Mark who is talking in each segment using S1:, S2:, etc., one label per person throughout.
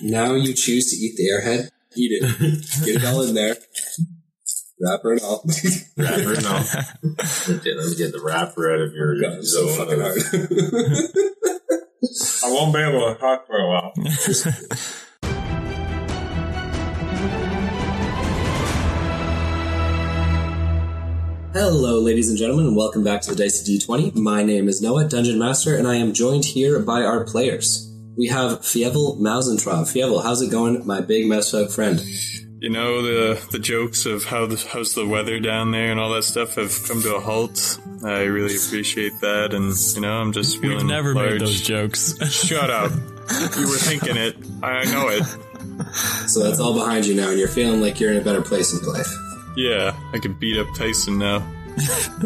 S1: Now you choose to eat the airhead. Eat it. Get it all in there. Wrapper and all.
S2: Wrapper, no.
S3: Okay, let me get the wrapper out of your
S1: God, it's so
S3: zone.
S1: fucking
S3: of-
S1: hard.
S2: I won't be able to talk for a while.
S1: Hello, ladies and gentlemen, and welcome back to the Dicey D20. My name is Noah, Dungeon Master, and I am joined here by our players. We have Fievel Mausentraub. Fievel, how's it going, my big mess up friend?
S4: You know the the jokes of how the, how's the weather down there and all that stuff have come to a halt. I really appreciate that, and you know I'm just feeling
S5: We've never
S4: large.
S5: made those jokes.
S4: Shut up! you were thinking it. I know it.
S1: So that's all behind you now, and you're feeling like you're in a better place in life.
S4: Yeah, I could beat up Tyson now.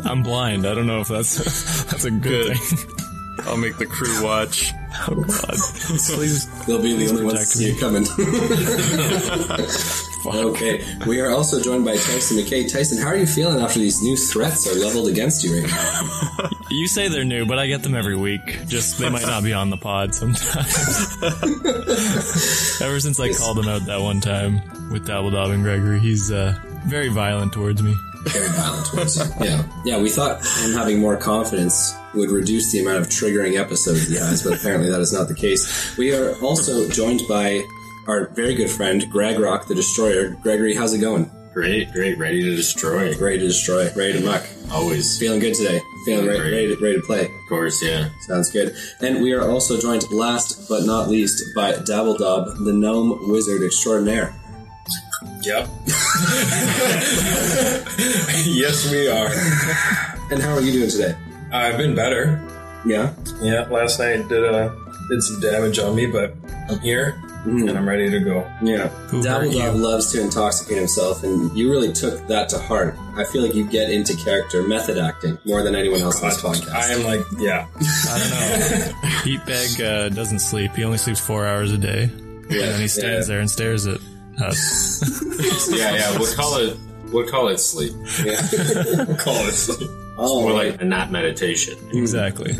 S5: I'm blind. I don't know if that's that's a good,
S4: Good.
S5: thing.
S4: I'll make the crew watch.
S5: Oh God! Please,
S1: They'll be the only ones to
S5: protect
S1: see
S5: me.
S1: it coming.
S5: fuck.
S1: okay, we are also joined by Tyson McKay. Tyson, how are you feeling after these new threats are leveled against you right now?
S5: You say they're new, but I get them every week. Just they might not be on the pod sometimes. Ever since I called him out that one time with Dabbledob and Gregory, he's uh, very violent towards me.
S1: Very violent towards you. Yeah, yeah. We thought him having more confidence would reduce the amount of triggering episodes he has, but apparently that is not the case. We are also joined by our very good friend Greg Rock, the Destroyer. Gregory, how's it going?
S3: Great, great, ready to destroy.
S1: Ready to destroy, ready to muck.
S3: Always,
S1: Feeling good today. Feeling re- ready, to, ready to play.
S3: of course, yeah.
S1: Sounds good. And we are also joined, last but not least, by Dabbledob, the gnome wizard extraordinaire.
S2: Yep. yes, we are.
S1: And how are you doing today?
S2: I've been better.
S1: Yeah.
S2: Yeah, last night did uh, did some damage on me, but I'm here and I'm ready to go.
S1: Mm-hmm. Yeah.
S5: hurt
S1: Dabbledob loves to intoxicate himself, and you really took that to heart. I feel like you get into character method acting more than anyone else on this podcast.
S2: I am like, yeah.
S5: I don't know. Heatbag uh, doesn't sleep. He only sleeps four hours a day, and then he stands there and stares at us.
S3: Yeah, yeah. We'll call it. We'll call it sleep.
S2: Call it sleep.
S1: Oh,
S3: More like a nap meditation.
S5: Exactly.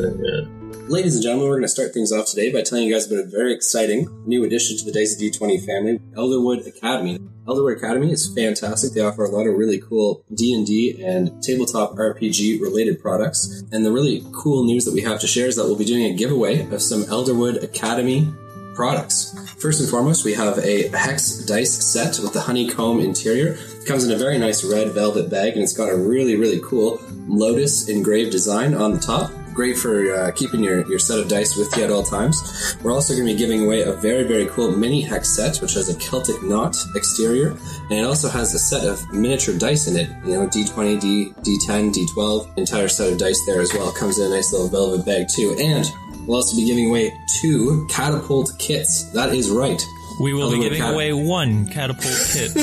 S1: Ladies and gentlemen, we're going to start things off today by telling you guys about a very exciting new addition to the Dicey D20 family, Elderwood Academy. Elderwood Academy is fantastic. They offer a lot of really cool D&D and tabletop RPG related products. And the really cool news that we have to share is that we'll be doing a giveaway of some Elderwood Academy products. First and foremost, we have a hex dice set with the honeycomb interior. It comes in a very nice red velvet bag, and it's got a really, really cool lotus engraved design on the top. Great for uh, keeping your, your set of dice with you at all times. We're also going to be giving away a very, very cool mini hex set, which has a Celtic knot exterior, and it also has a set of miniature dice in it. You know, D20, D, D10, D12, entire set of dice there as well. Comes in a nice little velvet bag, too. And We'll also be giving away two catapult kits. That is right.
S5: We will be
S1: Elderwood
S5: giving
S1: Academy.
S5: away one catapult kit.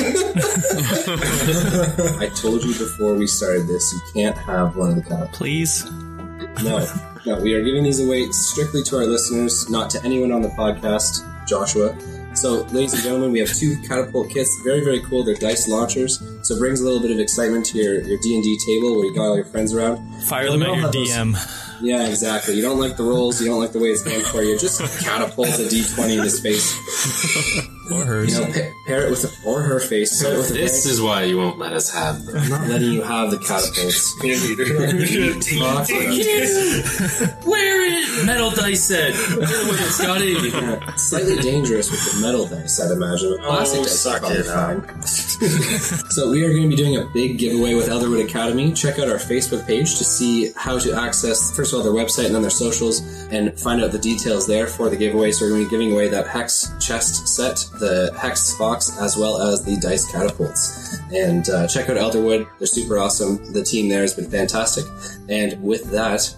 S1: I told you before we started this, you can't have one of the catapults.
S5: Please.
S1: No, no, we are giving these away strictly to our listeners, not to anyone on the podcast, Joshua. So, ladies and gentlemen, we have two catapult kits. Very, very cool. They're dice launchers, so it brings a little bit of excitement to your, your D&D table where you got all your friends around.
S5: Fire
S1: Well,
S5: them
S1: we all
S5: at your
S1: have those-
S5: DM.
S1: Yeah, exactly. You don't like the rolls, you don't like the way it's going for you. Just catapult a D20 into space.
S5: Or hers.
S1: You know, pa- pair it with a, or her face. Pair it with a
S3: This is why you won't let us have them.
S1: I'm not letting you have the catapults. Fuck you.
S3: Where is metal dice set? Scotty.
S1: Yeah, Slightly dangerous with the metal dice, I'd imagine. With plastic
S3: Oh,
S1: dice,
S3: suck
S1: probably
S3: it up.
S1: fine. so we are going to be doing a big giveaway with Elderwood Academy. Check out our Facebook page to see how to access, first of all, their website and then their socials, and find out the details there for the giveaway. So we're going to be giving away that Hex chest set, the Hex box, as well as the dice catapults. And uh, check out Elderwood; they're super awesome. The team there has been fantastic. And with that,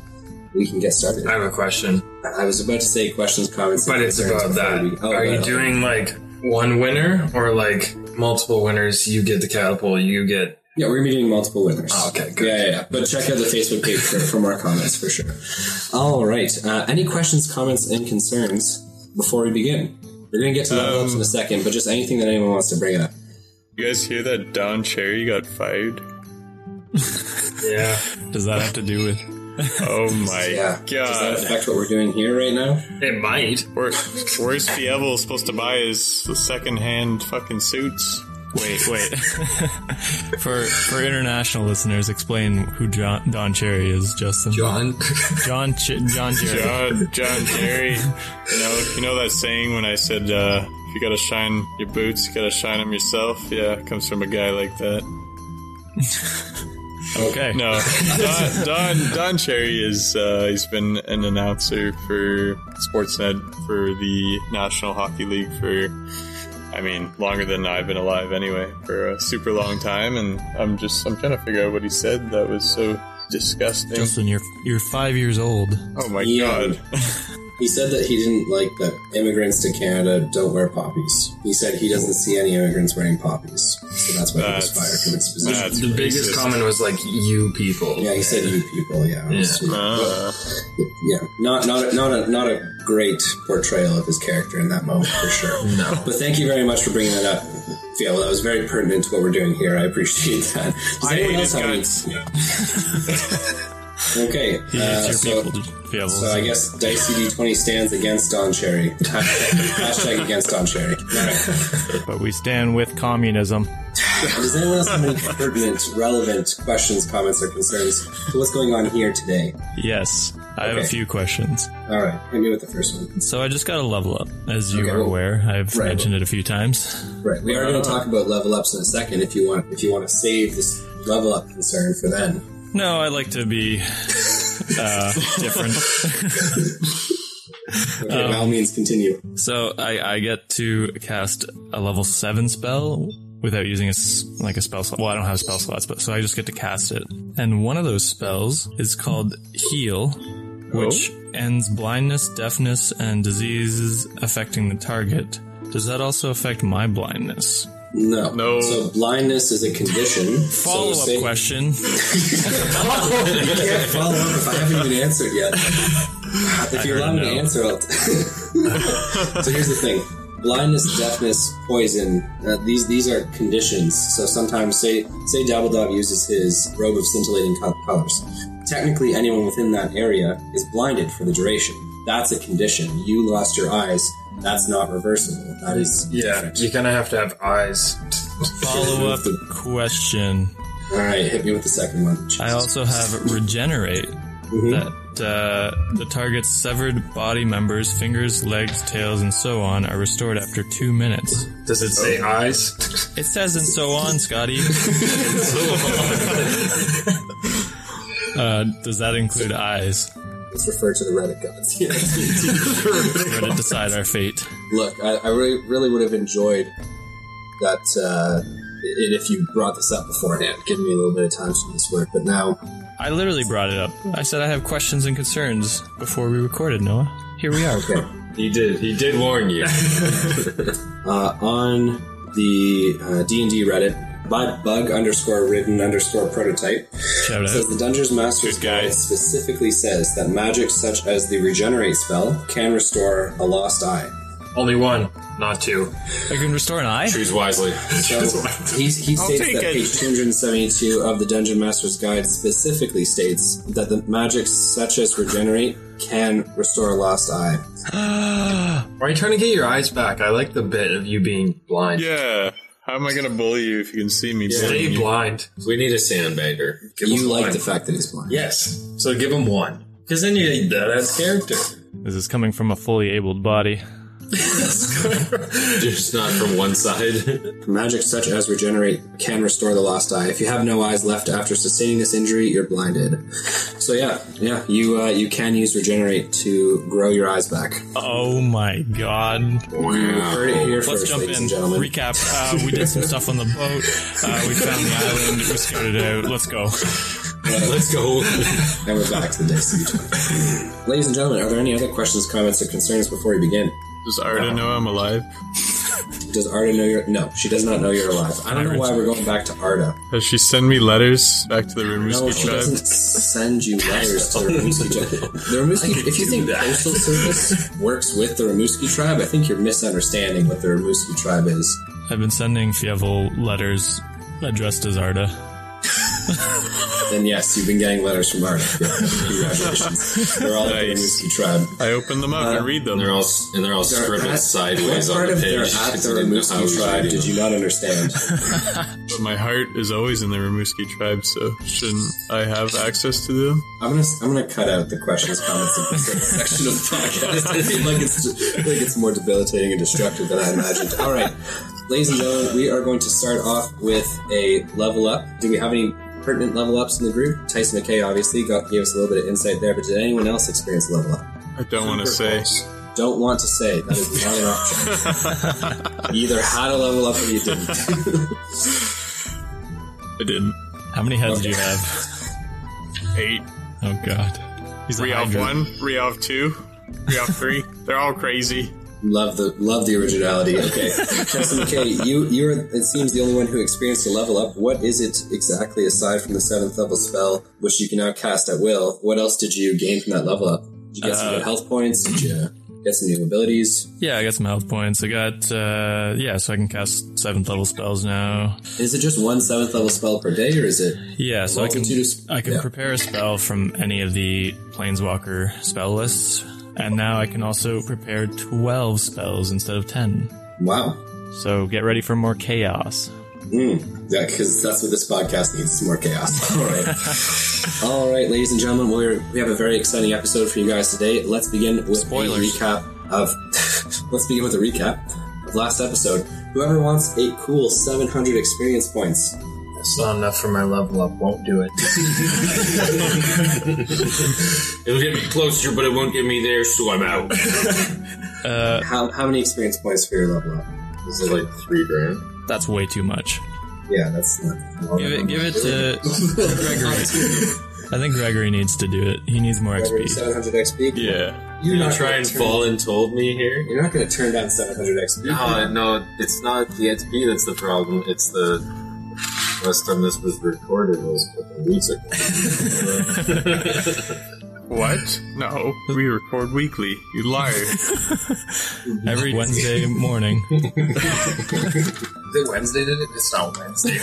S1: we can get started.
S2: I have a question,
S1: I was about to say questions, comments,
S2: but
S1: and
S2: it's
S1: concerns
S2: about
S1: before
S2: that.
S1: we- oh,
S2: Are you
S1: about-
S2: doing like one winner or like multiple winners? You get the catapult. You get
S1: Yeah, we're gonna be doing multiple winners.
S2: Oh, okay, good.
S1: Yeah, yeah, yeah. But check out the Facebook page for, for more comments for sure. All right. Uh, any questions, comments, and concerns before we begin? We're gonna get to level
S2: Um,
S1: ups in a second, but just anything that anyone wants to bring up.
S4: You guys hear that? Don Cherry got fired.
S2: yeah.
S5: Does that have to do with
S4: Oh my
S1: Yeah. Does that
S4: god.
S1: affect what we're doing here right now?
S6: It might.
S4: Where, where's Fievel supposed to buy his secondhand fucking suits?
S5: Wait, wait. for for international listeners, explain who John, Don Cherry is, Justin.
S6: John.
S5: John Ch- John Cherry.
S4: John, John Terry. You know, you know that saying when I said, uh, if you gotta shine your boots, you gotta shine them yourself? Yeah, it comes from a guy like that.
S5: Okay.
S4: No, Don, Don, Don Cherry is, uh, he's been an announcer for Sportsnet for the National Hockey League for, I mean, longer than I've been alive anyway, for a super long time. And I'm just, I'm trying to figure out what he said that was so disgusting.
S5: Justin, you're you're five years old.
S1: Uh,
S4: oh my
S1: Yeah.
S4: god.
S1: He said that he didn't like that immigrants to Canada don't wear poppies. He said he doesn't see any immigrants wearing poppies, so that's why he was
S4: That's-
S1: fired from his position.
S4: that's
S6: the biggest
S4: racist.
S6: comment was like, you people.
S1: Yeah, he said you people. Yeah,
S6: Yeah.
S1: obviously.
S4: Uh,
S1: But, yeah. Not not a, not a not a great portrayal of his character in that moment for sure.
S6: No.
S1: But thank you very much for bringing that up. Yeah, well, that was very pertinent to what we're doing here. I appreciate that. Does
S4: I
S1: anyone
S4: hate
S1: else
S4: his
S1: have any-
S4: guts.
S1: Okay,
S5: He
S1: uh,
S5: hates your
S1: so,
S5: people, Fievel.
S1: so I guess Dicey D20 stands against Don Cherry. Hashtag, hashtag against Don Cherry. All right.
S5: but we stand with communism.
S1: Does anyone else have any pertinent, relevant questions, comments, or concerns to what's going on here today?
S5: Yes, I have a
S1: Okay.
S5: few questions.
S1: All right, hit me with the first one.
S5: So I just got a level up, as you
S1: Okay,
S5: are
S1: well-
S5: aware. I've
S1: Right.
S5: mentioned it a few times.
S1: Right, we are going to talk about level ups in a second. If you want, if you want to save this level up concern for then.
S5: No, I like to be uh, different.
S1: Okay, by all means, continue.
S5: So I, I get to cast a level seven spell without using a s- like a spell slot. Well, I don't have spell slots, but so I just get to cast it. And one of those spells is called Heal, which ends blindness, deafness, and diseases affecting the target. Does that also affect my blindness?
S1: No,
S4: No.
S1: So blindness is a condition.
S5: Follow
S1: so
S5: up
S1: say-
S5: question.
S1: You can't follow up if I haven't even answered yet. If you allow me to
S5: know.
S1: answer, I'll. so here's the thing: blindness, deafness, poison. Uh, these these are conditions. So sometimes, say say Dabbledob uses his robe of scintillating colors. Technically, anyone within that area is blinded for the duration. That's a condition. You lost your eyes. That's not reversible. That is
S2: Yeah,
S1: different.
S2: you kind of have to have eyes.
S5: Follow up question.
S1: All right, hit me with the second one.
S5: I also have regenerate
S2: Mm-hmm.
S5: that uh, the target's severed body members, fingers, legs, tails, and so on, are restored after two minutes.
S2: Does it say eyes?
S5: It says and so on, Scotty. uh, does that include eyes?
S1: Let's refer to the Reddit gods.
S5: Or to decide our fate?
S1: Look, I, I really, really would have enjoyed that uh, it, if you brought this up beforehand, giving me a little bit of time to do this work. But now,
S5: I literally brought it up. I said I have questions and concerns before we recorded, Noah. Here we are.
S3: He did. He did warn you.
S1: uh, on the uh, D&D Reddit, by bug underscore ridden underscore prototype,
S5: Shout out.
S1: says the Dungeon's Master's Guide specifically says that magic such as the Regenerate spell can restore a lost eye.
S6: Only one, not two.
S5: I can restore an eye?
S3: Choose wisely.
S1: So he, he states
S4: take
S1: that
S4: it.
S1: page 272 of the Dungeon Master's Guide specifically states that the magics such as regenerate can restore a lost eye.
S6: Why are you trying to get your eyes back? I like the bit of you being blind.
S4: Yeah. How am I gonna bully you if you can see me?
S6: Stay
S4: bullying you?
S6: blind.
S3: We need a sandbagger.
S2: Give
S1: you
S2: him
S1: like
S2: one.
S1: the fact that he's blind.
S2: Yes. So give him one. Because then you that as character.
S5: This is coming from a fully abled body.
S3: Just not from one side.
S1: Magic such as regenerate can restore the lost eye. If you have no eyes left after sustaining this injury, you're blinded. So yeah, yeah, you uh, you can use regenerate to grow your eyes back.
S5: Oh my god.
S1: You heard it here
S5: Let's
S1: first,
S5: jump
S1: ladies
S5: in.
S1: and gentlemen.
S5: Recap. Uh, we did some stuff on the boat. Uh, we found the island. We scouted it out. Let's go.
S3: Let's go.
S1: And we're back to the dicey. ladies and gentlemen, are there any other questions, comments, or concerns before we begin?
S4: Does Arda know I'm alive?
S1: Does Arda know you're? No, she does not know you're alive. I don't know why we're going back to Arda.
S4: Does she send me letters back to the
S1: No,
S4: Rimouski
S1: she
S4: tribe?
S1: doesn't send you letters to the Ramuski tribe. The Ramuski, if you think postal service works with the Ramuski tribe, I think you're misunderstanding what the Ramuski tribe is.
S5: I've been sending Fievel letters addressed as Arda.
S1: then yes, you've been getting letters from Arda. Congratulations. They're all at the
S4: Nice.
S1: Whiskey Tribe.
S4: I open them up
S6: Uh,
S4: and read them.
S3: They're all s- and they're all scribbled sideways
S1: what part
S3: on the
S1: of
S3: page.
S1: they're at
S3: 'cause
S1: the
S3: I didn't know how I was
S1: Ramuski tribe
S3: reading
S1: did
S3: them.
S1: you not understand?
S4: But my heart is always in the Ramuski tribe, so shouldn't I have access to them?
S1: I'm gonna I'm gonna cut out the questions, comments, and concerns section of the podcast. I feel like it's I feel like it's more debilitating and destructive than I imagined. All right, ladies and gentlemen, we are going to start off with a level up. Do we have any pertinent level ups in the group? Tyson McKay obviously got gave us a little bit of insight there, but did anyone else experience a level up?
S4: I don't want to say.
S1: Don't want to say that is not an option. you either had a level up or you didn't.
S4: I didn't.
S5: How many heads do you have?
S4: Eight.
S5: Oh god. He's a
S4: Reoff
S5: hydra.
S4: one. Reoff two. Reoff three. They're all crazy.
S1: Love the love the originality. Okay, Justin McKay, you you're it seems the only one who experienced a level up. What is it exactly aside from the seventh level spell, which you can now cast at will? What else did you gain from that level up? Did you get some
S5: Uh,
S1: good health points? Did you get some new abilities?
S5: Yeah, I got some health points. I got uh yeah, so I can cast seventh level spells now.
S1: Is it just one seventh level spell per day, or is it
S5: Yeah, so I can
S1: multitude of sp-
S5: I can
S1: Yeah.
S5: prepare a spell from any of the planeswalker spell lists. And now I can also prepare twelve spells instead of ten.
S1: wow.
S5: So get ready for more chaos.
S1: Mm, yeah, because that's what this podcast needs is more chaos. All right. All right, ladies and gentlemen, we're, we have a very exciting episode for you guys today. Let's begin with a
S5: Spoilers.
S1: recap of. let's begin with a recap of last episode. Whoever wants a cool 700 experience points.
S6: It's not enough for my level up. Won't do it.
S3: It'll get me closer, but it won't get me there, so I'm out.
S5: Uh,
S1: How, how many experience points for your level up?
S3: Is it like three grand?
S5: That's way too much.
S1: Yeah, that's not.
S5: Give it give it to Gregory. I think Gregory needs to do it. He needs more
S1: Whoever-
S5: XP.
S1: 700 XP.
S4: Yeah.
S1: You're
S3: You
S1: not
S3: try
S1: gonna
S3: and
S1: turn-
S3: fall and told me here.
S1: You're not going to turn down 700 XP.
S3: No, no, it's not the XP that's the problem. It's the last time this was recorded was a couple weeks ago.
S4: What? No. We record weekly. You liar.
S5: Every Wednesday morning.
S6: Is it Wednesday? Did it? It's not Wednesday.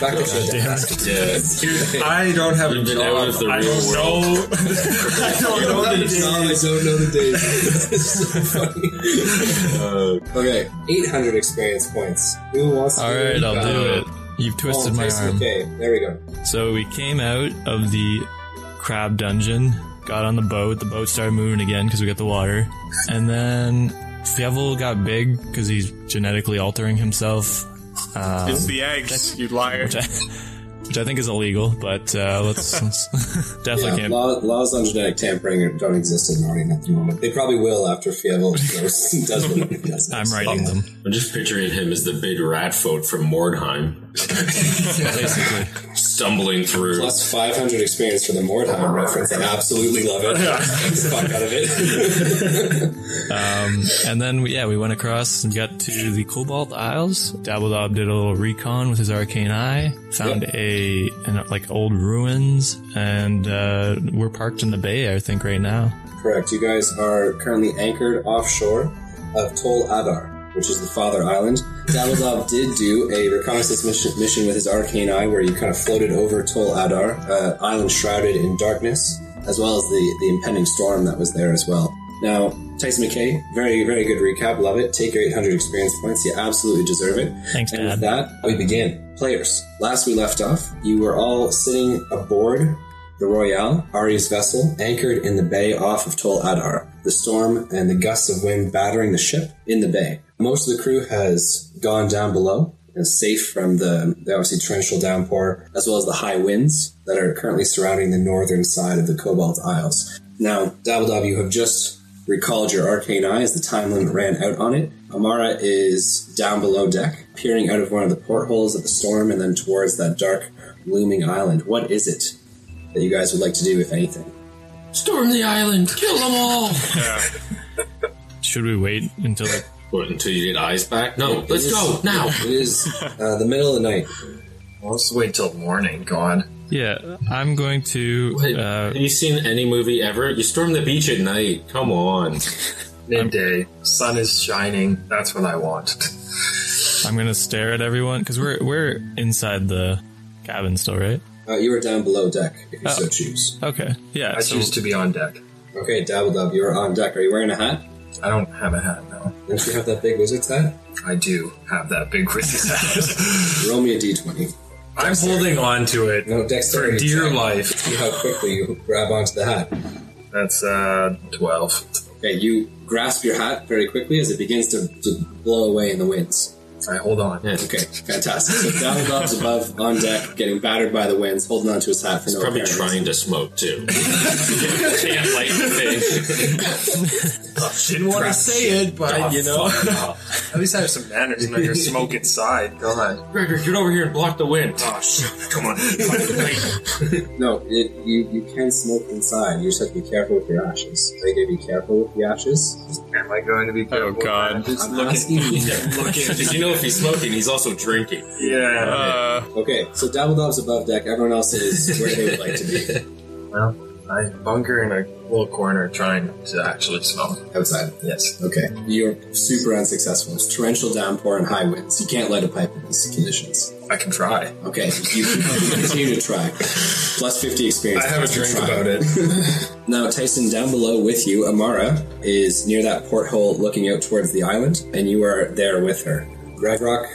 S1: Back to shit.
S3: Yeah,
S6: I don't have
S3: You've been out of the
S6: I
S3: real
S6: don't know. I don't know the
S1: Oh,
S6: day.
S1: I don't know the days. It's so funny. okay, 800 experience points. Who wants to
S5: Uh, All right, I'll do it. You've
S1: Oh,
S5: twisted my
S1: Tyson
S5: arm.
S1: McKay. There we go.
S5: So we came out of the crab dungeon, got on the boat. The boat started moving again because we got the water, and then Fievel got big because he's genetically altering himself, um,
S4: It's the eggs. You liar.
S5: which, I, which I think is illegal. But uh, let's, let's- definitely
S1: Yeah,
S5: can't.
S1: law, laws on genetic tampering don't exist in Narnia at the moment. They probably will after Fievel goes- does what he does.
S5: I'm writing them
S3: I'm just picturing him as the big rat folk from Mordheim,
S5: basically.
S3: stumbling through.
S1: Plus 500 experience for the Mordheim reference. I absolutely love it. Thanks, fuck out of it.
S5: And then, we, yeah, we went across and got to the Cobalt Isles. Dabbledob did a little recon with his arcane eye, found a an, like old ruins, and uh, we're parked in the bay, I think, right now.
S1: Correct. You guys are currently anchored offshore of Tol Adar, which is the Father Island. Dabbledob did do a reconnaissance mission, mission with his arcane eye, where you kind of floated over Tol Adar, uh, island shrouded in darkness, as well as the, the impending storm that was there as well. Now, Tyson McKay, very, very good recap. Love it. Take your 800 experience points. You absolutely deserve it.
S5: Thanks,
S1: And with
S5: Dad.
S1: that, we begin. Players, last we left off, you were all sitting aboard the Royale, Ari's vessel, anchored in the bay off of Tol Adar, the storm and the gusts of wind battering the ship in the bay. Most of the crew has gone down below and safe from the, the obviously torrential downpour, as well as the high winds that are currently surrounding the northern side of the Cobalt Isles. Now, Dabbledob, you have just recalled your arcane eye as the time limit ran out on it. Amara is down below deck, peering out of one of the portholes of the storm and then towards that dark, looming island. What is it that you guys would like to do, if anything?
S3: Storm the island, kill them all.
S5: Should we wait until like,
S3: What until you get eyes back? No, let's
S1: It is-
S3: go now.
S1: It is uh, the middle of the night.
S6: Let's wait till morning. God.
S5: yeah, I'm going to,
S3: Wait,
S5: uh,
S3: have you seen any movie ever? You storm the beach at night. Come on.
S6: Midday. Sun is shining. That's what I want.
S5: I'm gonna stare at everyone because we're we're inside the cabin still, right?
S1: Uh, you are down below deck, if you
S3: Oh.
S1: so choose.
S5: Okay. Yeah.
S6: I
S5: so
S6: choose to be on deck.
S1: Okay, Dabbledub, you are on deck. Are you wearing a hat?
S6: I don't have a hat now.
S1: Don't you have that big wizard's hat?
S6: I do have that big wizard's hat.
S1: Roll me a d20.
S6: I'm holding on to it
S1: No,
S6: for
S1: dexterity.
S6: dear
S1: check.
S6: life.
S1: See how quickly you grab onto the hat.
S6: That's uh twelve.
S1: Okay, you grasp your hat very quickly as it begins to, to blow away in the winds.
S6: I hold on.
S1: Okay, fantastic. So Dabbledub's above on deck, getting battered by the winds, holding onto his hat for no
S3: Probably
S1: apparent reason.
S3: trying to smoke too.
S4: Can't light the
S6: Didn't want to say it, but you know, at least I have some manners. Now you're smoke inside. Go on, Gregor, get over here and block the wind. Oh, shit. come on.
S1: No, it, you, you can smoke inside. You just have to be careful with your ashes. Are you going to be careful with the ashes?
S6: Am I going to be?
S4: Oh god.
S1: I'm asking you.
S3: Because you know if he's smoking, he's also drinking.
S6: Yeah.
S4: Uh,
S1: Okay, so Dabbledub's above deck. Everyone else is where they would like to be.
S6: Well, I bunker in a little corner trying to actually smoke.
S1: Outside.
S6: Yes.
S1: Okay. You're super unsuccessful. It's torrential downpour and high winds. You can't light a pipe in these conditions.
S6: I can try.
S1: Okay, you continue to try. Plus 50 experience.
S2: I have a
S1: points to
S2: drink
S1: try.
S2: about it.
S1: Now, Tyson, down below with you, Amara is near that porthole looking out towards the island, and you are there with her. Gravrock,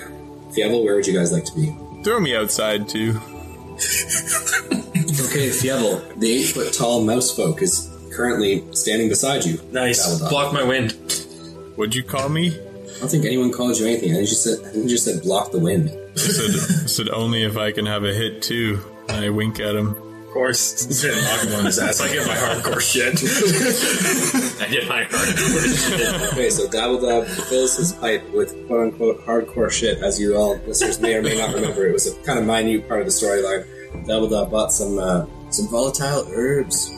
S1: Fievel, where would you guys like to be?
S4: throw me outside too.
S1: Okay, Fievel, the eight foot tall mouse folk is currently standing beside you.
S6: Nice.
S1: Dabbledub.
S6: Block my wind.
S4: Would you call me?
S1: I don't think anyone called you anything. I think you said, I think you just said block the wind.
S4: I said, I said only if I can have a hit too. I wink at him.
S6: Of course. Knock him on his ass. I get my hardcore shit.
S3: I get my heart.
S1: Okay, so Dabbledab fills his pipe with quote unquote hardcore shit, as you all listeners may or may not remember. It was a kind of minute part of the storyline. Dabbledab bought some uh, some volatile herbs. He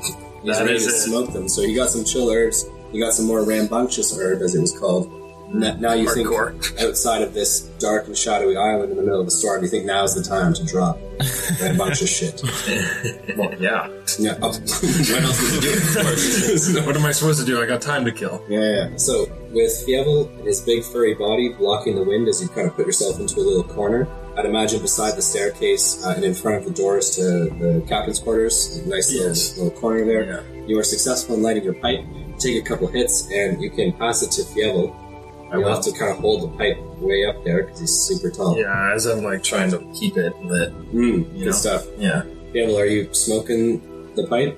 S1: was
S6: That
S1: ready
S6: is
S1: to
S6: it.
S1: smoke them. So he got some chill herbs. He got some more rambunctious herb, as it was called. N- Now you
S6: Mm, Hardcore.
S1: think outside of this dark and shadowy island in the middle of a storm, you think now's the time to drop rambunctious shit.
S6: Well, yeah.
S1: Yeah. Oh, what else would you do? Of course.
S6: What am I supposed to do? I got time to kill.
S1: Yeah, yeah. So with Fievel and his big furry body blocking the wind as you kind of put yourself into a little corner, I'd imagine beside the staircase uh, and in front of the doors to the captain's quarters, a nice
S6: Yes.
S1: little, little corner there. You are successful in lighting your pipe. Take a couple hits and you can pass it to Fievel.
S6: I
S1: You'll
S6: will.
S1: have to kind of hold the pipe way up there because he's super tall.
S6: Yeah, as I'm like trying to keep it lit.
S1: Mm, good
S6: Yeah.
S1: stuff.
S6: Yeah.
S1: Fievel, are you smoking the pipe?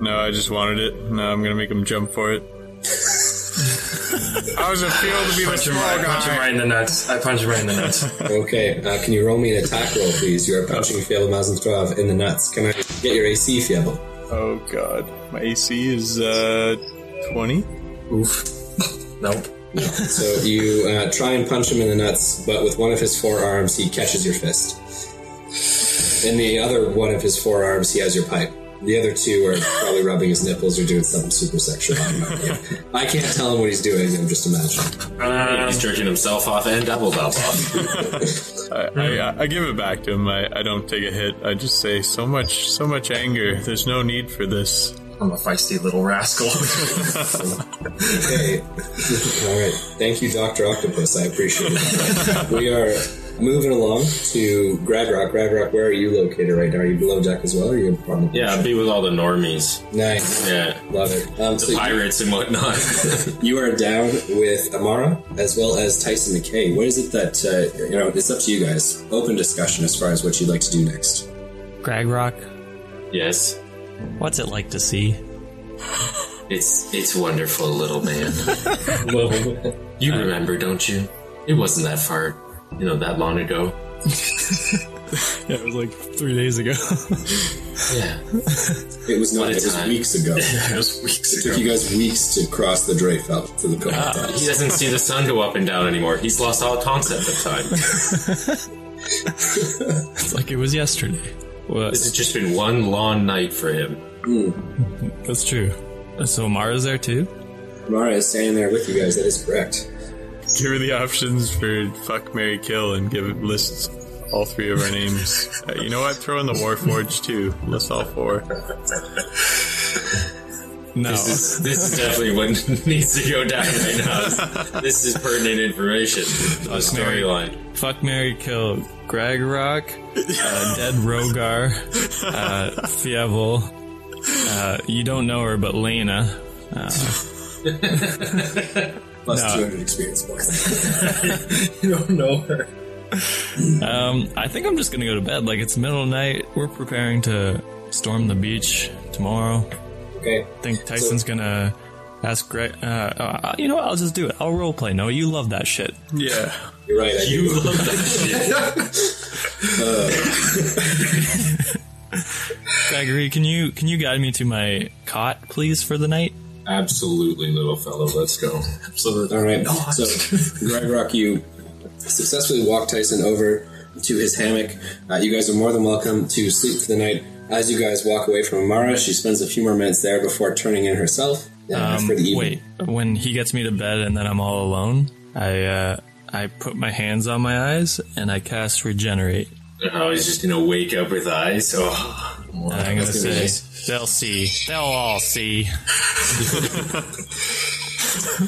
S4: No, I just wanted it. No, I'm gonna make him jump for it. How does it feel to be the
S6: Punch him,
S4: small
S6: right, punch him
S4: guy?
S6: right in the nuts. I punch him right in the nuts.
S1: Okay, uh, can you roll me an attack roll, please? You are punching Fievel Mazentrov in the nuts. Can I get your AC, Fievel?
S4: Oh god, my AC is uh twenty.
S6: Oof. Nope.
S1: So you uh, try and punch him in the nuts, but with one of his forearms, he catches your fist. In the other one of his forearms, he has your pipe. The other two are probably rubbing his nipples or doing something super sexual. I don't know. I can't tell him what he's doing. I'm just imagining.
S6: Um,
S3: He's jerking himself off and double double off.
S4: I, I, I give it back to him. I, I don't take a hit. I just say so much, so much anger. There's no need for this.
S6: I'm a feisty little rascal.
S1: Okay. All right. Thank you, Doctor Octopus. I appreciate it. We are moving along to Gravrock. Gravrock, where are you located right now? Are you below deck as well, or are you on the
S3: Yeah, I'd be with all the normies.
S1: Nice.
S3: Yeah.
S1: Love it. Um, so
S3: The pirates and whatnot.
S1: You are down with Amara as well as Tyson McKay. What is it that uh, you know? It's up to you guys. Open discussion as far as what you'd like to do next.
S5: Gragrock,
S3: yes.
S5: what's it like to see?
S3: It's it's wonderful, little man. you remember, don't you? It wasn't that far, you know, that long ago.
S5: Yeah, it was like three days ago.
S3: Yeah.
S1: It was not.
S3: What a
S1: It was
S3: time.
S1: weeks ago. it took you guys weeks to cross the Dreyfeld to the Covenant.
S3: He doesn't see the sun go up and down anymore. He's lost all concept of time.
S5: it's like it was yesterday. Well,
S3: This has just been one long night for him.
S5: that's true. So Mara's there too.
S1: Amara is standing there with you guys. That is correct.
S4: Give her the options for fuck, Mary, kill, and give it lists all three of our names. Uh, you know what? Throw in the Warforge too. List all four.
S5: No.
S3: This is this is definitely what needs to go down right now. This is pertinent information. to The storyline.
S5: Fuck Mary Kill Greg Rock, uh, Dead Rogar, uh, Fievel. Uh, you don't know her, but Lena.
S1: Plus
S5: No.
S1: 200 experience points.
S2: You don't know her.
S5: Um, I think I'm just gonna go to bed. Like it's middle of night. We're preparing to storm the beach tomorrow.
S1: Okay.
S5: I think Tyson's gonna ask Greg. Uh, uh, you know what? I'll just do it. I'll roleplay. No, you love that shit.
S4: Yeah.
S1: You're right. I do.
S3: love that
S5: Gregory, can you can you guide me to my cot, please, for the night?
S3: Absolutely, little fellow. Let's go. Absolutely.
S1: All right. So, Greg Rock, you successfully walk Tyson over to his hammock. Uh, you guys are more than welcome to sleep for the night. As you guys walk away from Amara, she spends a few more minutes there before turning in herself uh,
S5: Um,
S1: for the evening.
S5: wait, when he gets me to bed and then I'm all alone, I uh, I put my hands on my eyes and I cast regenerate.
S3: Oh, he's just gonna wake up with eyes. Oh,
S5: And I'm gonna
S1: That's gonna
S5: say
S1: be
S5: they'll see, they'll all see.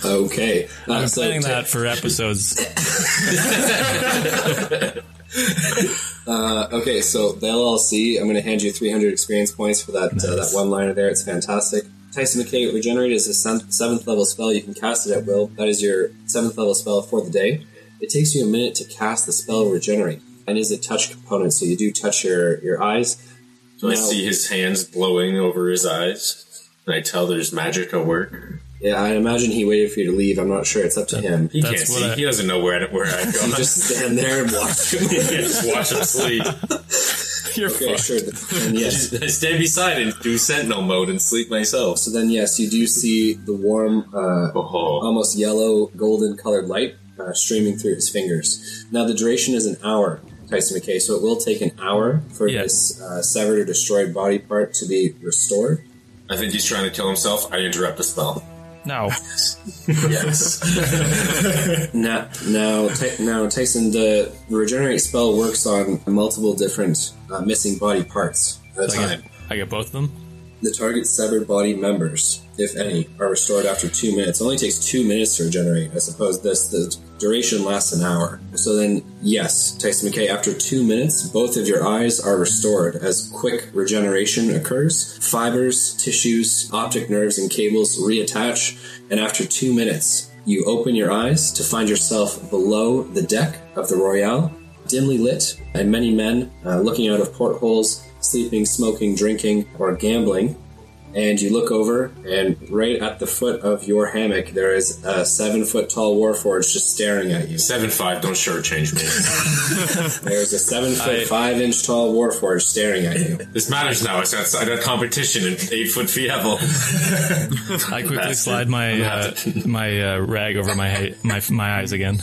S1: Okay. Uh,
S5: I'm
S1: so
S5: planning
S1: Ty-
S5: that for episodes.
S1: Okay, so they'll all see. I'm going to hand you 300 experience points for that uh, that one liner there. It's fantastic. Tyson McKay Regenerate is a sen- seventh level spell. You can cast it at will. That is your seventh level spell for the day. It takes you a minute to cast the spell Regenerate, and it is a touch component. So you do touch your your eyes.
S3: so I see his hands blowing over his eyes, and I tell there's magic at work.
S1: Yeah, I imagine he waited for you to leave. I'm not sure. It's up to him.
S3: He
S1: You
S5: That's
S3: can't
S5: what
S3: see.
S5: I-
S3: He doesn't know where I, where I go.
S1: just stand there and watch.
S3: he can't just watch him sleep.
S5: You're
S1: Okay,
S5: fucked.
S1: sure. And yes,
S3: I stand beside and do sentinel mode and sleep myself.
S1: so then yes, you do see the warm. Uh,
S3: Oh,
S1: almost yellow, golden colored light uh, streaming through his fingers. Now, the duration is an hour, Tyson McKay, so it will take an hour for
S5: Yeah.
S1: this uh, severed or destroyed body part to be restored.
S3: I think he's trying to kill himself. I interrupt the spell.
S5: No,
S1: Now, now, Ty- now Tyson, the regenerate spell works on multiple different uh, missing body parts at a
S5: So I get,
S1: time.
S5: I get both of them.
S1: The target's severed body members, if any, are restored after two minutes. It only takes two minutes to regenerate. I suppose this the duration lasts an hour. So then, yes, Tyson McKay, after two minutes, both of your eyes are restored as quick regeneration occurs. Fibers, tissues, optic nerves, and cables reattach, and after two minutes, you open your eyes to find yourself below the deck of the Royale, dimly lit, and many men uh, looking out of portholes, sleeping, smoking, drinking, or gambling. And you look over, and right at the foot of your hammock, there is a seven foot tall warforged just staring at you.
S3: Seven five. Don't shortchange me.
S1: There's a seven
S5: I-
S1: foot, five inch tall warforged staring at you.
S3: this matters now. It's outside a competition in eight foot fievel.
S5: I quickly slide my uh, my uh, rag over my he- my my eyes again.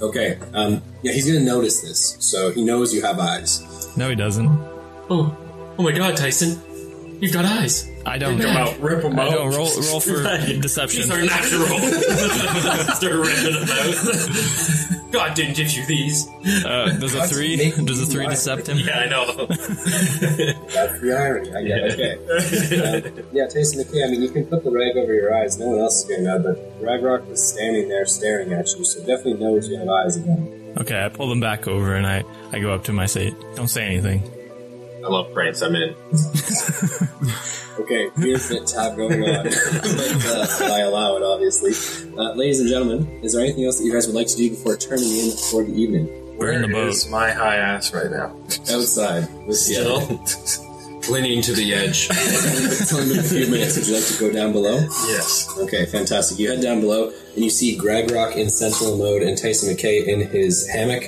S1: Okay, um, yeah, he's gonna notice this, so he knows you have eyes.
S5: No, he doesn't.
S3: Oh, oh my God, Tyson! You've got eyes.
S5: I don't.
S2: Out, rip them
S5: I
S2: out.
S5: don't roll roll for
S3: These
S5: deception.
S3: are natural. Start ripping them out. God didn't give you these.
S5: Uh, does a three? Does a three decept him?
S3: Yeah, I know.
S1: That's the irony. I get it. Okay. um, yeah, Tyson McKay, I mean, you can put the rag over your eyes. No one else is going to know, but Ragrock was standing there staring at you, so definitely knows you have eyes again.
S5: Okay, I pull them back over and I I go up to him. I say, "Don't say anything."
S3: I love pranks. I'm in.
S1: Okay, weird bit tab going on. but, uh, I allow it, obviously. Uh, ladies and gentlemen, is there anything else that you guys would like to do before turning in for the evening?
S5: We're in the
S2: Where
S5: boat.
S2: is my high ass right now?
S1: Outside, with Seattle.
S3: clinging to the edge.
S1: Tell me in a few minutes. Would you like to go down below?
S2: Yes.
S1: Okay, fantastic. You head down below and you see Greg Rock in sentinel mode and Tyson McKay in his hammock.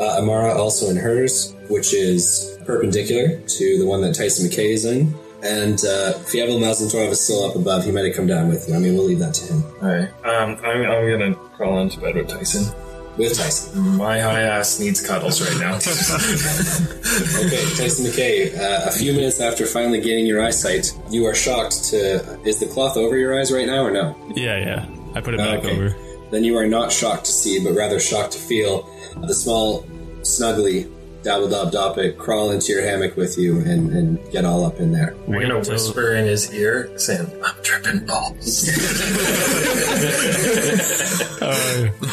S1: Uh, Amara also in hers, which is perpendicular to the one that Tyson McKay is in. And uh, Fievel Mazentorov is still up above. He might have come down with you. I mean, we'll leave that to him.
S2: Alright. Um, I'm, I'm gonna crawl into bed with Tyson.
S1: With Tyson.
S2: My high ass needs cuddles right now.
S1: Okay, Tyson McKay, uh, a few minutes after finally gaining your eyesight, you are shocked to. Is the cloth over your eyes right now or no?
S5: Yeah, yeah. I put it
S4: Oh,
S5: back
S1: okay.
S5: over.
S1: then you are not shocked to see, but rather shocked to feel the small, snuggly dabble dob dop it, crawl into your hammock with you, and, and get all up in there.
S2: We're gonna whisper in his ear, saying, "I'm tripping balls."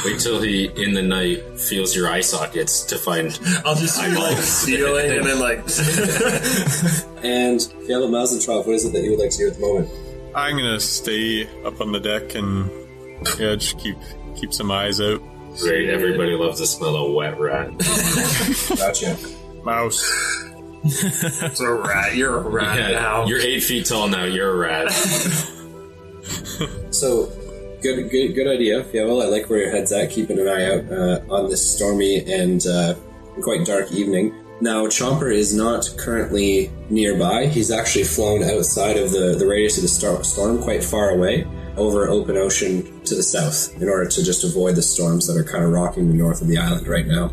S3: Wait till he, in the night, feels your eye sockets to find.
S2: I'll just be like stealing and then like
S1: And Caleb Mazentrov, what is it that you would like to do at the moment?
S4: I'm gonna stay up on the deck and yeah, just keep keep some eyes out.
S3: Great, everybody loves the smell of wet rat.
S1: Gotcha.
S4: Mouse.
S2: it's a rat. You're a rat
S3: Yeah,
S2: now.
S3: You're eight feet tall now, you're a rat.
S1: So, good, good, good idea, Fievel. I like where your head's at, keeping an eye out uh, on this stormy and uh, quite dark evening. Now, Chomper is not currently nearby. He's actually flown outside of the, the radius of the star- storm, quite far away, over open ocean to the south, in order to just avoid the storms that are kind of rocking the north of the island right now.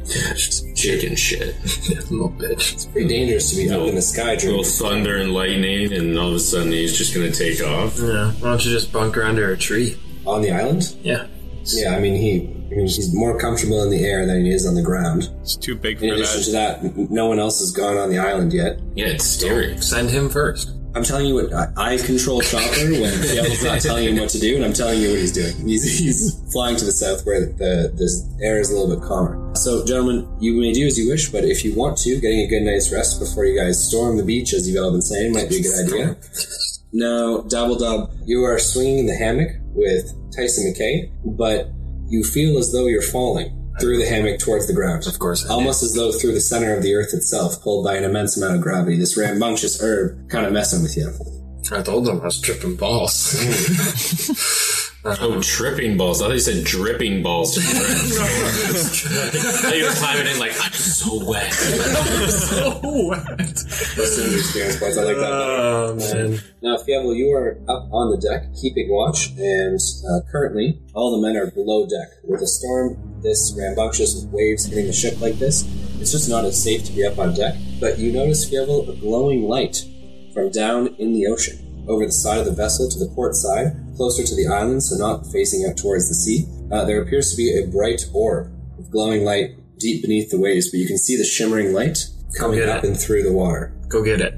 S3: Chicken shit.
S2: little bitch.
S1: It's pretty dangerous to be up in the sky during
S3: Little thunder and lightning, and all of a sudden he's just gonna take off.
S2: Yeah. Why don't you just bunker under a tree?
S1: on the island.
S2: Yeah.
S1: Yeah, I mean he, I mean he's more comfortable in the air than he is on the ground.
S4: It's too big for
S1: In addition to
S4: that.
S1: that, n- no one else has gone on the island yet.
S3: Yeah, it's scary.
S2: Send him first.
S1: I'm telling you what I, I control Chopper when Fievel's not telling him what to do, and I'm telling you what he's doing. He's, he's flying to the south where the this air is a little bit calmer. So, gentlemen, you may do as you wish, but if you want to, getting a good night's rest before you guys storm the beach, as you've all been saying, might be a good idea. Now, Dabbledob, you are swinging in the hammock with Tyson McKay, but you feel as though you're falling through the hammock towards the ground.
S2: Of course. I
S1: Almost as though through the center of the earth itself, pulled by an immense amount of gravity, this rambunctious herb kind of messing with you.
S2: did. I told him I was tripping balls.
S3: Oh, tripping balls. I thought you said dripping balls. I thought you were climbing in like, I'm so wet.
S1: Listening to experience points, I like that.
S2: oh man.
S1: Now, Fievel, you are up on the deck, keeping watch, and uh, currently all the men are below deck. With a storm this rambunctious, with waves hitting the ship like this, it's just not as safe to be up on deck. But you notice, Fievel, a glowing light from down in the ocean, over the side of the vessel to the port side, closer to the island, so not facing out towards the sea. Uh, there appears to be a bright orb of glowing light deep beneath the waves, but you can see the shimmering light coming
S2: get
S1: up
S2: it.
S1: and through the water.
S2: Go get it.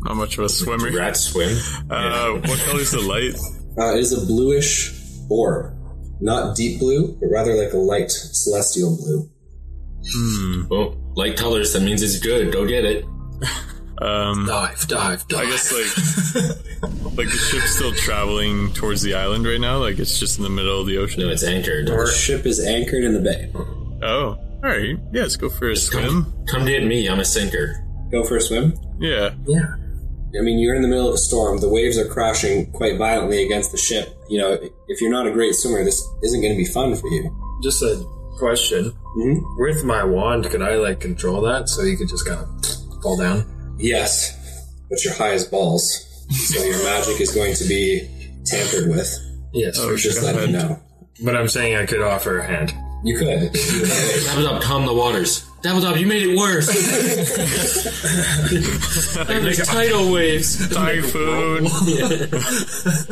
S4: Not much of a swimmer.
S3: Rats swim.
S4: Uh, what color is the light?
S1: Uh, it is a bluish orb. Not deep blue, but rather like a light celestial blue.
S3: Well, light Oh, colors, that means it's good. Go get it.
S4: Um,
S2: Dive, dive, dive.
S4: I guess like like the ship's still traveling towards the island right now. Like it's just in the middle of the
S3: No,
S4: ocean.
S3: it's anchored.
S1: The ship is anchored in the bay.
S4: Oh, all right. Yeah, let's go for a swim.
S3: Come, come get me. I'm a sinker.
S1: Go for a swim.
S4: Yeah.
S2: yeah.
S1: I mean, you're in the middle of a storm. The waves are crashing quite violently against the ship. You know, if you're not a great swimmer, this isn't going to be fun for you.
S2: Just a question.
S1: Mhm.
S2: With my wand, could I like control that so he could just kind of fall down?
S1: Yes, but you're high as balls, so your magic is going to be tampered with.
S2: Yes. for sure.
S1: Just letting you know.
S2: But I'm saying I could offer a hand.
S1: You could.
S3: Dabbledob, calm the waters. Dabbledob, you made it worse. There's tidal waves,
S4: Typhoon.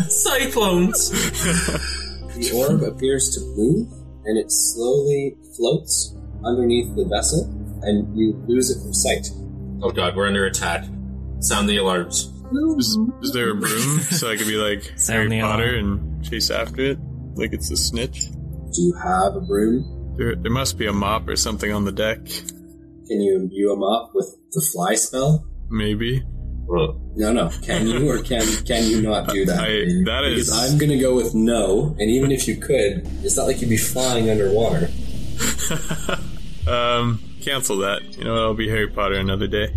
S3: cyclones.
S1: The orb appears to move, and it slowly floats underneath the vessel, and you lose it from sight.
S3: Oh god, we're under attack. Sound the alarms.
S4: Is, is there a broom so I could be like Harry
S5: Sound the
S4: Potter and chase after it? Like it's a snitch.
S1: Do you have a broom?
S4: There, there must be a mop or something on the deck.
S1: Can you imbue him up with the fly spell?
S4: Maybe.
S3: Well,
S1: No, no. Can you or can can you not do that?
S4: I. That
S1: because
S4: is.
S1: I'm gonna go with no, and even if you could, it's not like you'd be flying underwater.
S4: Um, cancel that. You know, what, I'll be Harry Potter another day.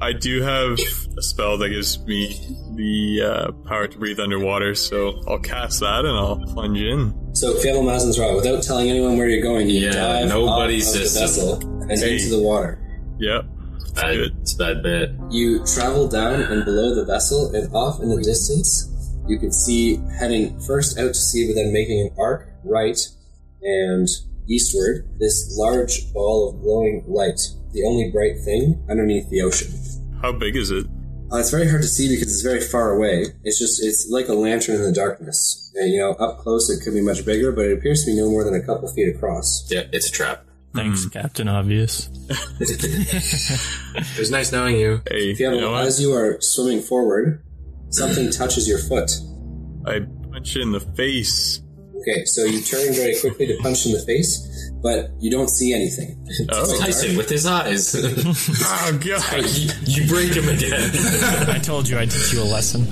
S4: I do have a spell that gives me the uh, power to breathe underwater, so I'll cast that and I'll plunge in.
S1: So Fable Mazen's right. Without telling anyone where you're going, you
S3: Yeah,
S1: dive
S3: nobody's
S1: off of the
S3: system.
S1: vessel and
S4: Hey.
S1: into the water.
S4: Yep.
S3: bad,
S4: do it.
S3: it's a bad bet.
S1: You travel down and below the vessel, and off in the distance, you can see heading first out to sea, but then making an arc right and eastward, this large ball of glowing light, the only bright thing underneath the ocean.
S4: How big is it?
S1: Uh, it's very hard to see because it's very far away. It's just, it's like a lantern in the darkness. Uh, you know, up close it could be much bigger, but it appears to be no more than a couple feet across.
S3: Yeah, it's a trap.
S5: Thanks,
S4: Hmm.
S5: Captain Obvious.
S6: It was nice knowing you.
S4: Hey,
S1: If you have,
S4: you know what?
S1: as you are swimming forward, something touches your foot.
S4: I punch you in the face.
S1: Okay, so you turn very quickly to punch in the face, but you don't see anything.
S4: Oh,
S3: Tyson with his eyes.
S4: oh god.
S3: you, you break him again.
S5: I told you I'd teach you a lesson.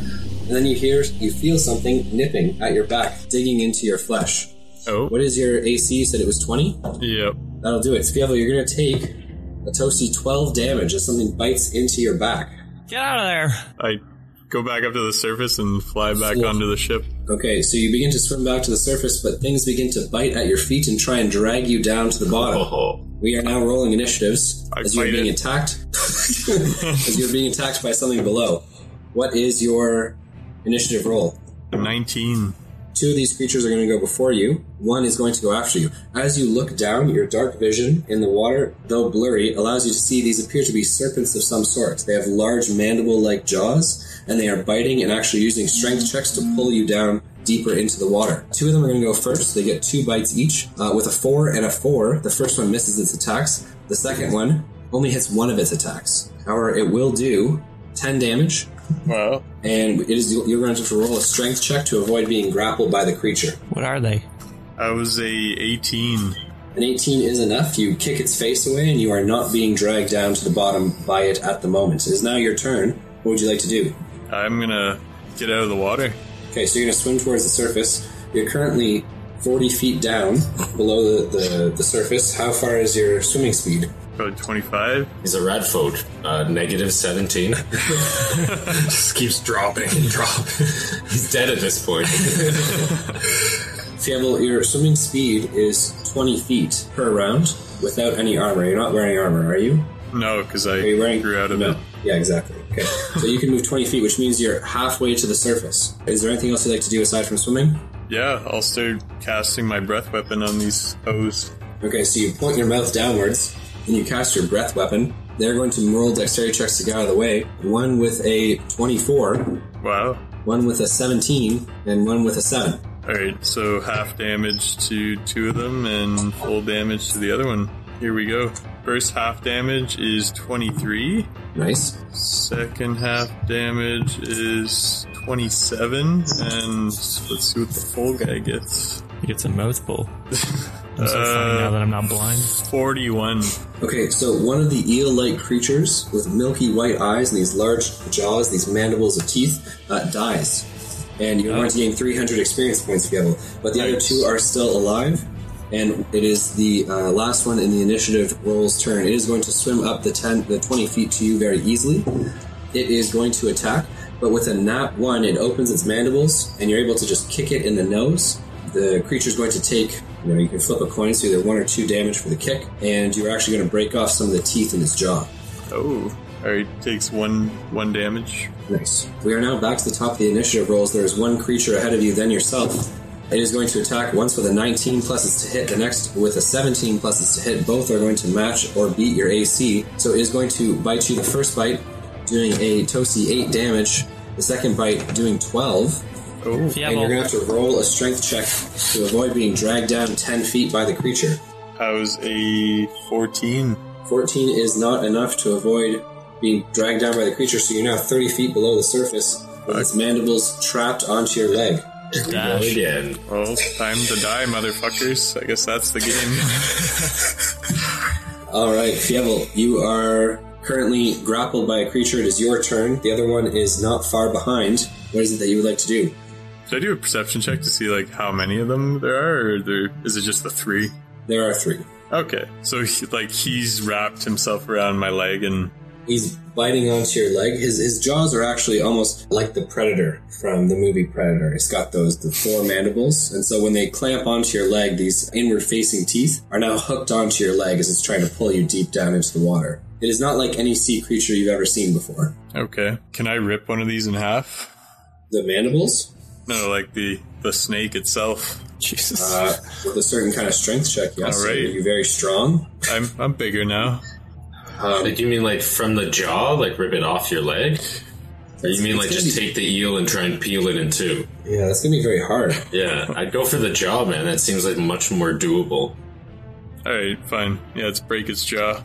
S1: And then you hear, you feel something nipping at your back, digging into your flesh.
S4: Oh,
S1: What is your AC? You said it was 20?
S4: yep.
S1: That'll do it. Spievo, you're going to take a toasty 12 damage as something bites into your back.
S5: Get out of there!
S4: I go back up to the surface and fly back
S1: Cool.
S4: onto the ship.
S1: Okay, so you begin to swim back to the surface, but things begin to bite at your feet and try and drag you down to the bottom.
S3: Oh,
S1: We are now rolling initiatives
S4: I
S1: as you're
S4: fight
S1: being
S4: it.
S1: attacked. as you're being attacked by something below. What is your initiative roll?
S4: Nineteen.
S1: Two of these creatures are going to go before you. One is going to go after you. As you look down, your dark vision in the water, though blurry, allows you to see these appear to be serpents of some sort. They have large mandible-like jaws, and they are biting and actually using strength checks to pull you down deeper into the water. Two of them are going to go first. They get two bites each. Uh, with a four and a four, the first one misses its attacks. The second one only hits one of its attacks. However, it will do 10 damage
S4: Wow.
S1: and it is you're going to have to roll a strength check to avoid being grappled by the creature.
S5: What are they?
S4: I was a eighteen.
S1: An 18 is enough. You kick its face away, and you are not being dragged down to the bottom by it at the moment. It is now your turn. What would you like to do?
S4: I'm gonna get out of the water.
S1: Okay, so you're going to swim towards the surface. You're currently 40 feet down below the, the, the surface. How far is your swimming speed?
S4: Probably twenty-five.
S3: he's a rat folk. Uh, negative 17.
S6: Just keeps dropping and dropping.
S3: He's dead at this point.
S1: Fievel, your swimming speed is 20 feet per round without any armor. You're not wearing armor, are you?
S4: No, because I
S1: Are you wearing?
S4: grew out of
S1: no.
S4: it.
S1: Yeah, exactly. Okay, so you can move twenty feet, which means you're halfway to the surface. Is there anything else you'd like to do aside from swimming?
S4: Yeah, I'll start casting my breath weapon on these hoes.
S1: Okay, so you point your mouth downwards and you cast your breath weapon. They're going to roll dexterity checks to get out of the way. One with a twenty-four,
S4: Wow.
S1: one with a seventeen, and one with a seven.
S4: Alright, so half damage to two of them and full damage to the other one. Here we go. First half damage is 23.
S1: Nice.
S4: Second half damage is 27. And let's see what the full guy gets.
S5: It's a mouthful. I'm so funny now that I'm not blind.
S4: 41.
S1: Okay, so one of the eel-like creatures with milky white eyes and these large jaws, these mandibles of teeth, uh, dies, and you're going to gain 300 experience points, Gable. But the other
S4: Nice.
S1: two are still alive, and it is the uh, last one in the initiative roll's turn. It is going to swim up the 10, the 20 feet to you very easily. It is going to attack, but with a nat one, it opens its mandibles, and you're able to just kick it in the nose. The creature's going to take, you know, you can flip a coin, so either one or two damage for the kick, and you're actually going to break off some of the teeth in its jaw.
S4: Oh. Alright, takes one one damage.
S1: Nice. We are now back to the top of the initiative rolls. There is one creature ahead of you, then yourself. It is going to attack once with a 19 plus its to hit, the next with a 17 plus its to hit. Both are going to match or beat your AC. So it is going to bite you the first bite, doing a toasty 8 damage, the second bite doing 12,
S4: Oh.
S5: Yeah,
S1: and you're
S5: well,
S1: going to have to roll a strength check to avoid being dragged down 10 feet by the creature.
S4: I was a 14.
S1: 14 is not enough to avoid being dragged down by the creature, so you're now 30 feet below the surface with its mandibles trapped onto your leg.
S3: Go again.
S4: Well, time to die, motherfuckers. I guess that's the game.
S1: All right, Fievel, you are currently grappled by a creature. It is your turn. The other one is not far behind. What is it that you would like to do?
S4: Should I do a perception check to see like how many of them there are, or there, is it just the three?
S1: There are three.
S4: Okay, so he, like he's wrapped himself around my leg, and
S1: He's biting onto your leg. His his jaws are actually almost like the predator from the movie Predator. It's got those the four mandibles, and so when they clamp onto your leg, these inward facing teeth are now hooked onto your leg as it's trying to pull you deep down into the water. It is not like any sea creature you've ever seen before.
S4: okay, can I rip one of these in half?
S1: The mandibles,
S4: No, like the the snake itself.
S5: Jesus.
S1: uh, with a certain kind of strength check, yes,
S4: All right.
S1: are you very strong?
S4: I'm I'm bigger now. Um,
S3: Like, you mean like from the jaw, like rip it off your leg? Or Oh, you mean
S1: It's
S3: like
S1: gonna
S3: just
S1: be-
S3: take the eel and try and peel it in two?
S1: Yeah, that's gonna be very hard.
S3: Yeah, I'd go for the jaw, man. That seems like much more doable.
S4: All right, fine. Yeah, let's break its jaw.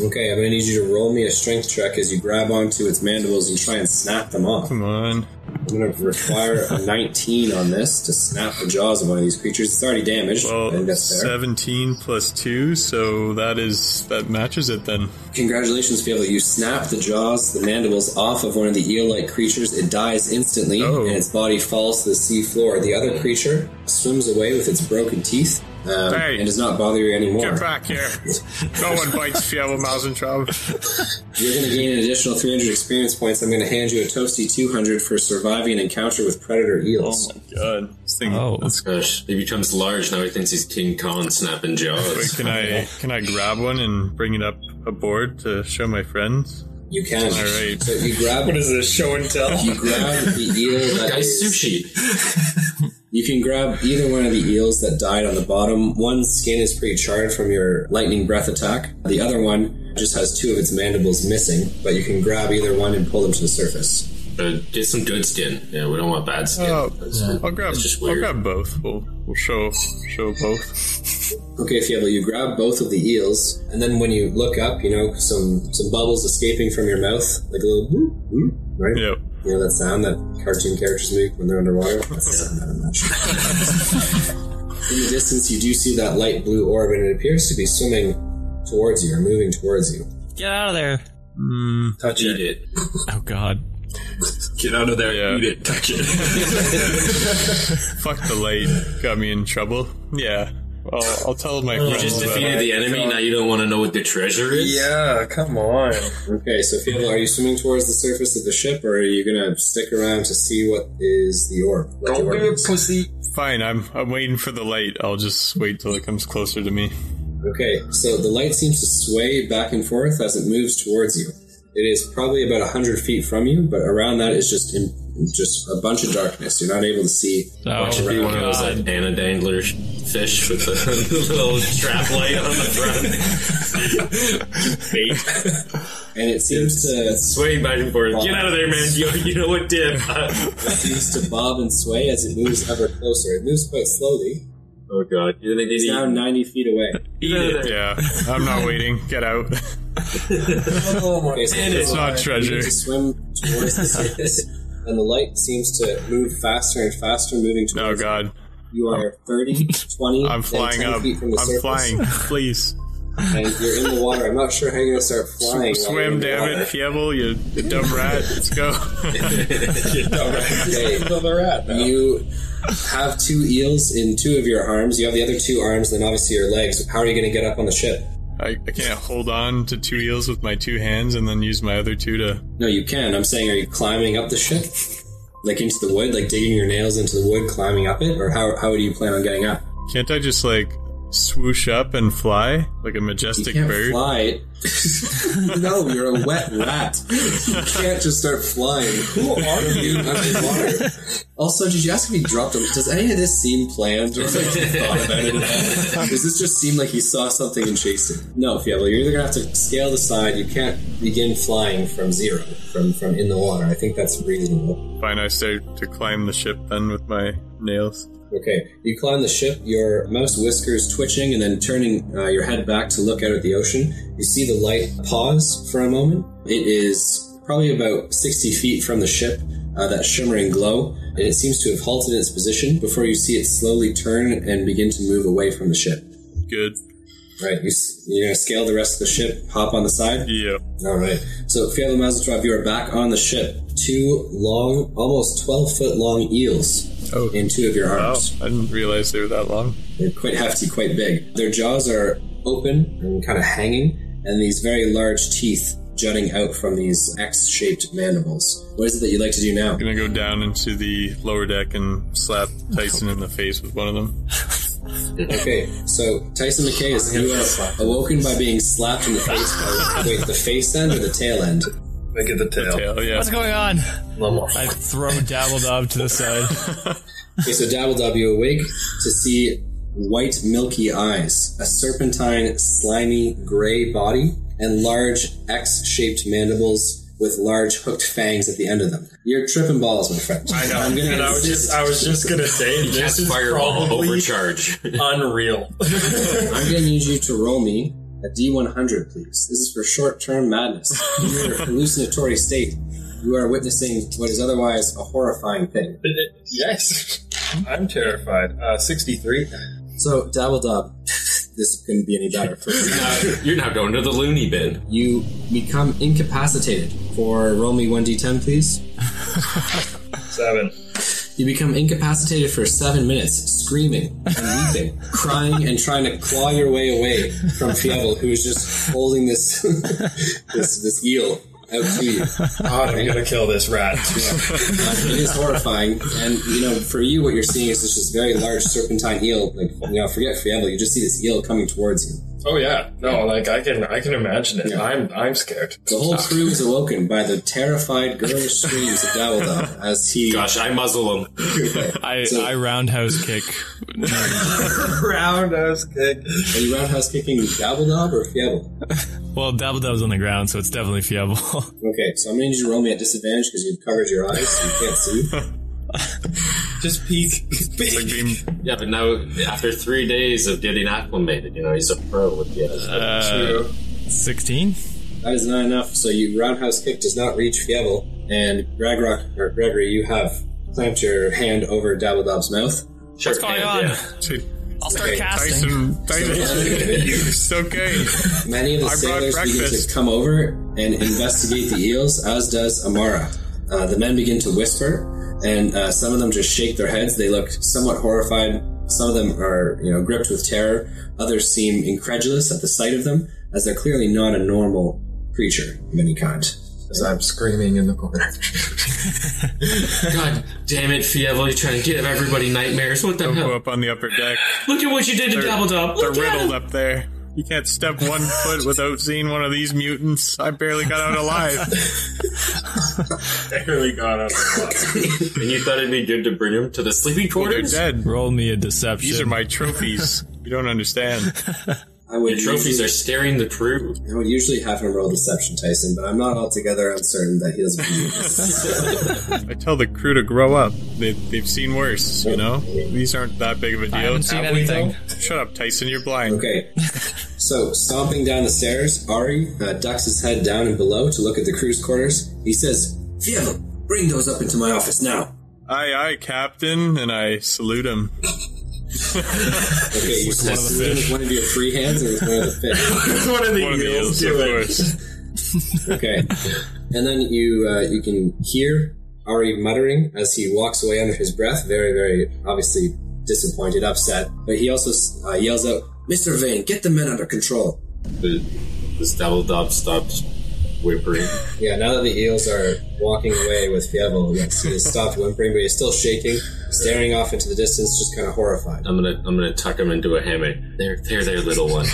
S1: Okay, I'm gonna need you to roll me a strength check as you grab onto its mandibles and try and snap them off.
S4: Come on.
S1: I'm gonna require a 19 on this to snap the jaws of one of these creatures. It's already damaged. I think
S4: Well,
S1: that's fair.
S4: seventeen plus two, so that is that matches it then.
S1: Congratulations, Fable. You snap the jaws, the mandibles off of one of the eel like creatures. It dies instantly,
S4: Oh.
S1: and its body falls to the sea floor. The other creature swims away with its broken teeth um,
S4: Hey.
S1: and does not bother you anymore.
S4: back here! no one bites Fiavel Mausentraub.
S1: You're going to gain an additional 300 experience points. I'm going to hand you a toasty 200 for surviving an encounter with predator eels.
S4: Oh my god! This thing.
S5: Oh,
S3: Gosh, he becomes large now. He thinks he's King Kong snapping
S4: Wait,
S3: jaws.
S4: can I can I grab one and bring it up aboard to show my friends?
S1: you can.
S4: All right.
S1: So you grab
S6: What is this show and tell?
S1: you grab the eel that
S3: Guys,
S1: is-
S3: sushi.
S1: You can grab either one of the eels that died on the bottom. One's skin is pretty charred from your lightning breath attack. The other one just has two of its mandibles missing, but you can grab either one and pull them to the surface.
S3: Uh, get some good skin. Yeah, we don't want bad skin. That's-
S4: Oh, I'll grab
S3: that's just
S4: I'll
S3: weird.
S4: grab both. We'll we'll show show both.
S1: Okay, Fievel, you grab both of the eels, and then when you look up, you know, some, some bubbles escaping from your mouth, like a little whoop, whoop, right?
S4: Yep.
S1: You know that sound that cartoon characters make when they're underwater? That's the sound that I'm not sure. In the distance, you do see that light blue orb, and it appears to be swimming towards you or moving towards you.
S5: get out of there!
S2: Touch
S3: Eat it.
S5: Oh God!
S6: Get out of there.
S4: Yeah.
S6: Eat it. Touch it.
S4: Fuck the light. Got me in trouble. Yeah. I'll, I'll tell my
S3: You
S4: friends.
S3: just
S4: about
S3: defeated
S4: it.
S3: the enemy. Now you don't want to know what the treasure is.
S2: Yeah, come on.
S1: Okay, so Fievel, are you swimming towards the surface of the ship, or are you gonna stick around to see what is the orb? What the
S2: Don't
S1: orb
S2: be a
S1: is?
S2: pussy.
S4: Fine. I'm I'm waiting for the light. I'll just wait till it comes closer to me.
S1: Okay, so the light seems to sway back and forth as it moves towards you. It is probably about hundred feet from you, but around that is just in, just a bunch of darkness. You're not able to see.
S5: Oh,
S3: Should be one of those like anadangler fish with the little trap light on the front,
S1: And it seems to
S3: swaying back and forth. Get out of there, man! You, you know what Oh, dip?
S1: seems to bob and sway as it moves ever closer. It moves quite slowly.
S3: oh god, you're gonna get
S1: It's now
S3: eaten.
S1: ninety feet away.
S3: Get out of there.
S4: Yeah. I'm not waiting. Get out.
S2: Oh my
S1: Okay, so
S4: It's not treasure.
S1: to swim towards the surface, and the light seems to move faster and faster, moving towards
S4: Oh God.
S1: You are 30, 20,
S4: I'm
S1: and
S4: flying
S1: 10
S4: up.
S1: feet from the
S4: I'm
S1: surface,
S4: flying. Please
S1: And you're in the water. I'm not sure how you're going to start flying. while you're
S4: swim,
S1: in the
S4: damn
S1: water.
S4: it, Fievel, you, you dumb rat. Let's go.
S1: You have two eels in two of your arms. You have the other two arms, then obviously your legs. How are you going to get up on the ship?
S4: I, I can't hold on to two eels with my two hands and then use my other two to.
S1: No, you can. I'm saying, are you climbing up the ship? Like into the wood? Like digging your nails into the wood, climbing up it? Or how, how do you plan on getting up?
S4: Can't I just like swoosh up and fly like a
S1: You
S4: majestic
S1: can't
S4: bird?
S1: fly. no, you're a wet rat. You can't just start flying. Who are you underwater? Also, did you ask if he dropped him? Does any of this seem planned? Or like, you thought about it? Does this just seem like he saw something and chased it? No, Fievel, you're either gonna have to scale the side. You can't begin flying from zero, from from in the water. I think that's reasonable.
S4: Fine, I start to climb the ship then with my nails.
S1: Okay, you climb the ship. Your mouse whiskers twitching, and then turning uh, your head back to look out at the ocean. You see the light pause for a moment. It is probably about 60 feet from the ship, uh, that shimmering glow, and it seems to have halted in its position before you see it slowly turn and begin to move away from the ship.
S4: Good.
S1: Right, you, s- you're gonna scale the rest of the ship, hop on the side.
S4: Yeah.
S1: All right. So, Fiala Mazatrov, you are back on the ship. Two long, almost 12 foot long eels
S4: Oh.
S1: in two of your
S4: Wow.
S1: arms.
S4: I didn't realize they were that long.
S1: They're quite hefty, quite big. Their jaws are open and kind of hanging, and these very large teeth jutting out from these X shaped mandibles. What is it that you'd like to do now?
S4: gonna go down into the lower deck and slap Tyson in the face with one of them.
S1: Okay, so Tyson McKay is you are awoken by being slapped in the face by wait, the face end or the tail end?
S2: Make it the tail.
S4: Hell yeah.
S5: What's going on?
S2: One more.
S5: I throw Dabbledob to the side.
S1: Okay, so Dabbledob, you awake to see white milky eyes, a serpentine, slimy, gray body, and large X shaped mandibles with large hooked fangs at the end of them. You're tripping balls, my friend.
S6: I know.
S1: I'm gonna
S6: and I was
S1: insist.
S6: just I was just gonna say this is
S3: Fireball
S6: probably
S3: overcharge.
S6: unreal.
S1: I'm gonna need you to roll me a D100, please. This is for short-term madness. In your hallucinatory state, you are witnessing what is otherwise a horrifying thing.
S2: yes. I'm terrified. Uh, 63.
S1: So, Dabbledob, this couldn't be any better for you.
S3: You're now going to the loony bin.
S1: You become incapacitated for roll me 1d10, please.
S2: 7.
S1: You become incapacitated for seven minutes, screaming and weeping, crying and trying to claw your way away from Fievel, who is just holding this this this eel out to you.
S2: God, I'm gonna kill this rat.
S1: Uh, it is horrifying, and you know, for you, what you're seeing is just this very large serpentine eel. Like, you know, forget Fievel, you just see this eel coming towards you.
S2: oh yeah. No, like I can I can imagine it. I'm I'm scared.
S1: The whole crew is awoken by the terrified girlish screams of Dabbledob as he
S3: Gosh, I muzzle him.
S5: I,
S1: So-
S5: I roundhouse kick.
S2: Roundhouse kick.
S1: are you roundhouse kicking Dabbledob or Fievel?
S5: Well, Dabbledub's on the ground, so it's definitely Fiable.
S1: Okay, so I'm gonna need you to roll me at disadvantage because you've covered your eyes, so you can't see.
S2: Just peek.
S4: Like being,
S3: Yeah, but now after three days of getting acclimated, you know he's a pro with the other.
S5: Uh, 16?
S1: That is not enough. So you roundhouse kick does not reach Fievel, and Gragrock or Gregory, you have clamped your hand over Dabbledob's mouth.
S3: What's
S5: going on?
S4: to
S5: I'll start casting.
S4: Tyson, Tyson, it's okay.
S1: Many of the
S4: I brought
S1: sailors begin
S4: breakfast.
S1: to come over and investigate the eels, as does Amara. Uh, the men begin to whisper, and uh, some of them just shake their heads. They look somewhat horrified. Some of them are, you know, gripped with terror. Others seem incredulous at the sight of them, as they're clearly not a normal creature of any kind.
S2: As I'm screaming in the corner.
S3: God damn it, Fievel! You're trying to give everybody nightmares. What the
S4: Go
S3: hell?
S4: up on the upper deck.
S3: Look at what you did to Dabbledub.
S4: They're
S3: Look at
S4: riddled
S3: him.
S4: up there. You can't step one foot without seeing one of these mutants. I barely got out alive.
S6: Barely got up.
S3: And you thought it'd be good to bring him to the sleeping
S4: They're
S3: quarters?
S4: dead.
S5: Roll me a
S4: These are
S5: deception.
S4: my trophies. You don't understand.
S1: I would
S3: The trophies
S1: usually-
S3: are staring the crew.
S1: I would usually have him roll deception, Tyson, but I'm not altogether uncertain that he doesn't believe this.
S4: I tell the crew to grow up. They, they've seen worse, you know? These aren't that big of a deal.
S5: haven't seen
S4: Have we,
S5: anything.
S4: though? Shut up, Tyson. You're blind.
S1: okay. So, stomping down the stairs, Ari uh, ducks his head down and below to look at the crew's quarters. He says, Fievel, bring those up into my office now.
S4: Aye, aye, Captain. And I salute him.
S1: Okay, you one of with one of your free hands or with one of the fish.
S6: One of the
S4: One of the
S6: eels
S4: eels, of
S6: do it.
S4: course.
S1: Okay. And then you uh, you can hear Ari muttering as he walks away under his breath, very, very obviously disappointed, upset. But he also uh, yells out, Mr. Vane, get the men under control.
S3: The, this Dabbledub stopped whimpering.
S1: Yeah, now that the eels are walking away with Fievel, yes, he has stopped whimpering, but he's still shaking, staring off into the distance, just kind of horrified.
S3: I'm gonna, I'm gonna tuck him into a hammock. There, there, there, little one.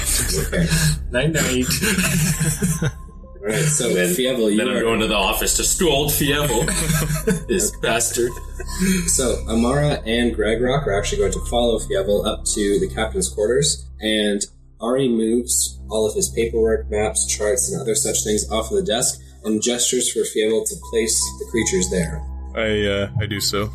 S1: Okay.
S6: Night night.
S1: All right, so Fievel, you
S3: Then I'm
S1: are...
S3: going to the office to scold Fievel, this bastard.
S1: So Amara and Gregrock are actually going to follow Fievel up to the captain's quarters, and Ari moves all of his paperwork, maps, charts, and other such things off of the desk and gestures for Fievel to place the creatures there.
S4: I, uh, I do so.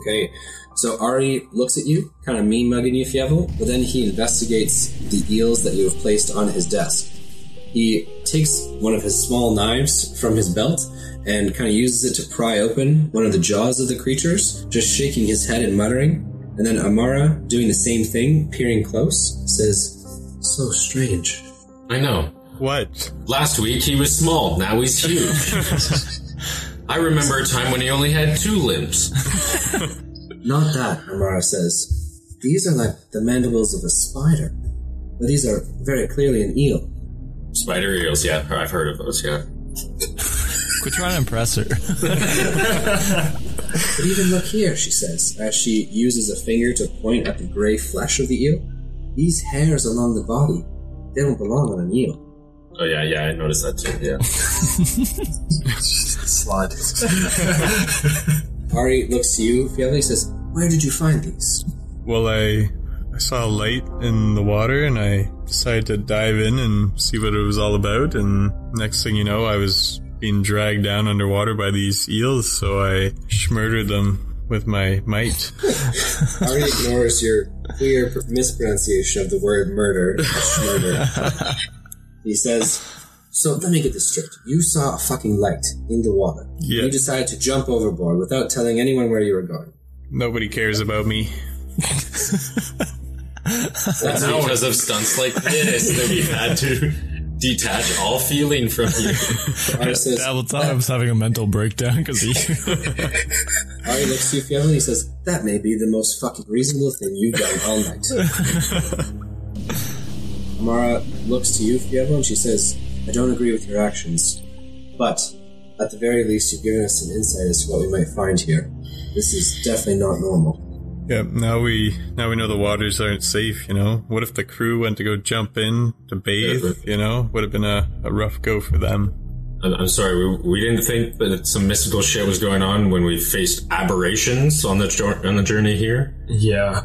S1: Okay. So Ari looks at you, kind of mean mugging you, Fievel, but then he investigates the eels that you have placed on his desk. He takes one of his small knives from his belt and kind of uses it to pry open one of the jaws of the creatures, just shaking his head and muttering. And then Amara, doing the same thing, peering close, says, So strange.
S3: I know.
S4: What?
S3: Last week he was small, now he's huge. I remember a time when he only had two limbs.
S1: Not that, Amara says. These are like the mandibles of a spider, but these are very clearly an eel.
S3: Spider eels, yeah, I've heard of those, yeah.
S5: Quit trying to impress her.
S1: But even look here, she says, as she uses a finger to point at the gray flesh of the eel. These hairs along the body, they don't belong on an eel.
S3: Oh, yeah, yeah, I noticed that too, yeah.
S2: Slide.
S1: Ari looks to you, Fiona, and says, Where did you find these?
S4: Well, I I saw a light in the water and I decided to dive in and see what it was all about. And next thing you know, I was being dragged down underwater by these eels, so I schmurdered them with my might.
S1: Already ignores your clear pr- mispronunciation of the word murder. Murder. he says, "So let me get this straight. You saw a fucking light in the water.
S4: Yes.
S1: You decided to jump overboard without telling anyone where you were going.
S4: Nobody cares about me.
S3: That's because of stunts like this that we've had to detach all feeling from you.
S1: Ari says,
S5: Dabble thought I was having a mental breakdown because you.
S1: Ari looks to you, Fiona, and he says, "That may be the most fucking reasonable thing you've done all night." Amara looks to you, Fiona, and she says, "I don't agree with your actions, but at the very least, you've given us some insight as to what we might find here. This is definitely not normal."
S4: Yep, now we now we know the waters aren't safe, you know? What if the crew went to go jump in to bathe, you know? Would have been a, a rough go for them.
S3: I'm, I'm sorry, we, we didn't think that some mystical shit was going on when we faced aberrations on the jour- on the journey here.
S6: Yeah.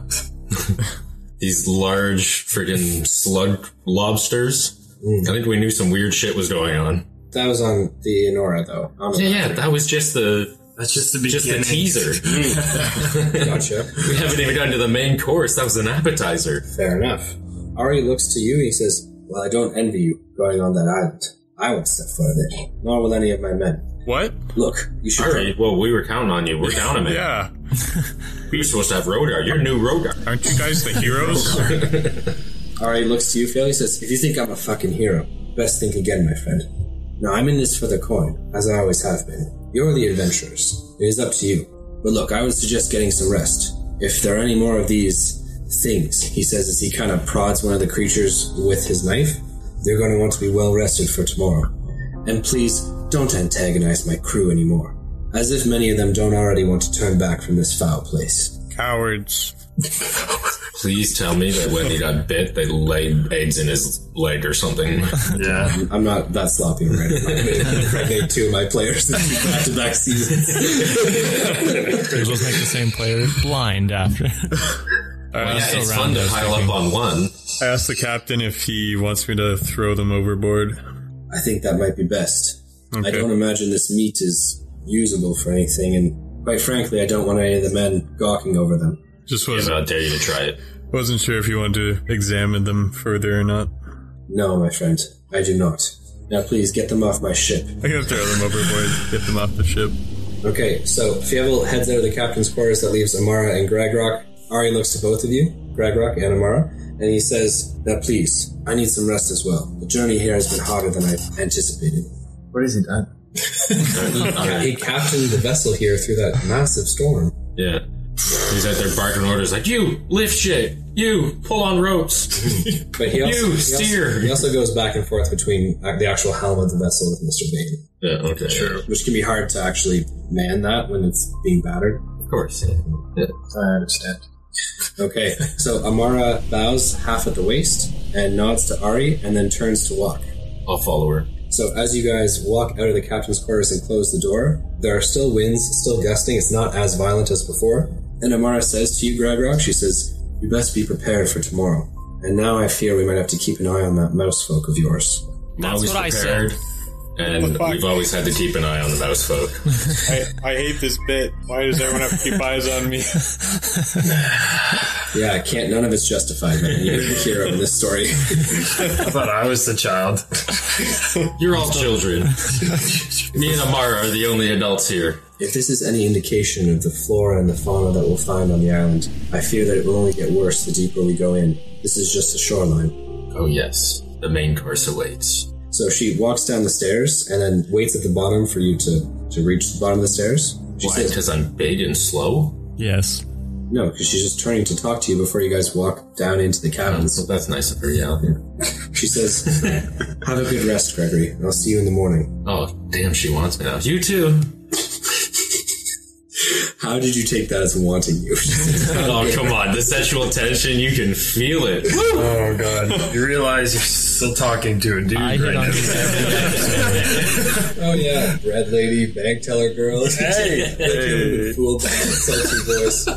S3: These large friggin' slug lobsters. I think we knew some weird shit was going on.
S1: That was on the Enora, though. I'm
S3: Yeah, yeah, that was just the
S6: That's just the
S3: just the
S6: beginning.
S3: teaser.
S1: Gotcha.
S3: we haven't even gotten to the main course. That was an appetizer.
S1: Fair enough. Ari looks to you and he says, Well, I don't envy you going on that island. I won't step foot on it, nor will any of my men.
S4: What?
S1: Look, you should.
S3: All right, well, we were counting on you. We're down a minute.
S4: Yeah.
S3: We were supposed to have Rodar. You're new Rodar.
S4: Aren't you guys the heroes?
S1: Ari looks to you, Phil. He says, If you think I'm a fucking hero, best think again, my friend. Now, I'm in this for the coin, as I always have been. You're the adventurers. It is up to you. But look, I would suggest getting some rest. If there are any more of these things, he says as he kind of prods one of the creatures with his knife, they're going to want to be well rested for tomorrow. And please, don't antagonize my crew anymore. As if many of them don't already want to turn back from this foul place.
S4: Cowards.
S3: Please tell me that when he got bit, they laid eggs in his leg or something.
S6: Yeah.
S1: I'm not that sloppy right now. I made, I made two of my players back to back seasons.
S5: They're both like the same player, blind after.
S3: yeah,
S5: still
S3: it's
S5: round,
S3: fun
S5: I
S3: to
S5: was
S3: pile up
S5: thinking.
S3: on one.
S4: I asked the captain if he wants me to throw them overboard.
S1: I think that might be best. I
S4: Okay.
S1: don't imagine this meat is usable for anything, and quite frankly, I don't want any of the men gawking over them.
S4: Just
S3: Yes,
S4: wasn't
S3: I dare you to try it.
S4: wasn't sure if you wanted to examine them further or not.
S1: No, my friend, I do not. Now, please get them off my ship.
S4: I gotta throw them overboard, get them off the ship.
S1: Okay, so Fievel heads out of the captain's quarters. That leaves Amara and Gregrock. Ari looks to both of you, Gregrock and Amara, and he says, "Now, please, I need some rest as well. The journey here has been harder than I anticipated."
S2: What has he done?
S1: He captained the vessel here through that massive storm.
S3: Yeah. He's out there barking orders like, you, lift shit. You, pull on ropes.
S1: But he also,
S3: You
S1: he also-
S3: steer.
S1: he also goes back and forth between uh, the actual helm of the vessel with Mr. Bane,
S3: yeah, okay. Sure.
S1: which can be hard to actually man that when it's being battered.
S3: Of course. yeah. Yeah.
S2: I understand.
S1: Okay, so Amara bows half at the waist and nods to Ari and then turns to walk.
S3: I'll follow her.
S1: So as you guys walk out of the captain's quarters and close the door, there are still winds, still gusting. It's not as violent as before. And Amara says to you, Gregrock, she says, "You best be prepared for tomorrow." And now I fear we might have to keep an eye on that mouse folk of yours.
S3: Now he's
S5: what I
S3: prepared. And
S4: fuck?
S3: we've always had to keep an eye on the mouse folk.
S4: I, I hate this bit. Why does everyone have to keep eyes on me?
S1: Yeah, I can't. None of it's justified, man. You're the hero in this story.
S2: I thought I was the child.
S3: You're all children. Me and Amara are the only adults here.
S1: If this is any indication of the flora and the fauna that we'll find on the island, I fear that it will only get worse the deeper we go in. This is just a shoreline.
S3: Oh, yes. The main course awaits.
S1: So she walks down the stairs and then waits at the bottom for you to, to reach the bottom of the stairs. She
S3: Why?
S1: says,
S3: Because I'm big and slow?
S5: Yes.
S1: No, because she's just turning to talk to you before you guys walk down into the cabins.
S3: Well, that's nice of her, yeah.
S1: She says, Have a good rest, Gregory, and I'll see you in the morning.
S3: Oh, damn, she wants me now. You too.
S1: How did you take that as wanting you?
S3: Oh, come on. The sexual tension, you can feel it.
S2: Oh god. You realize you're still talking to a dude
S5: I hit
S2: right
S5: on
S2: now.
S5: these every
S1: oh, yeah. Red lady, bank teller girl.
S2: Hey!
S1: Cool, bad, sexy voice.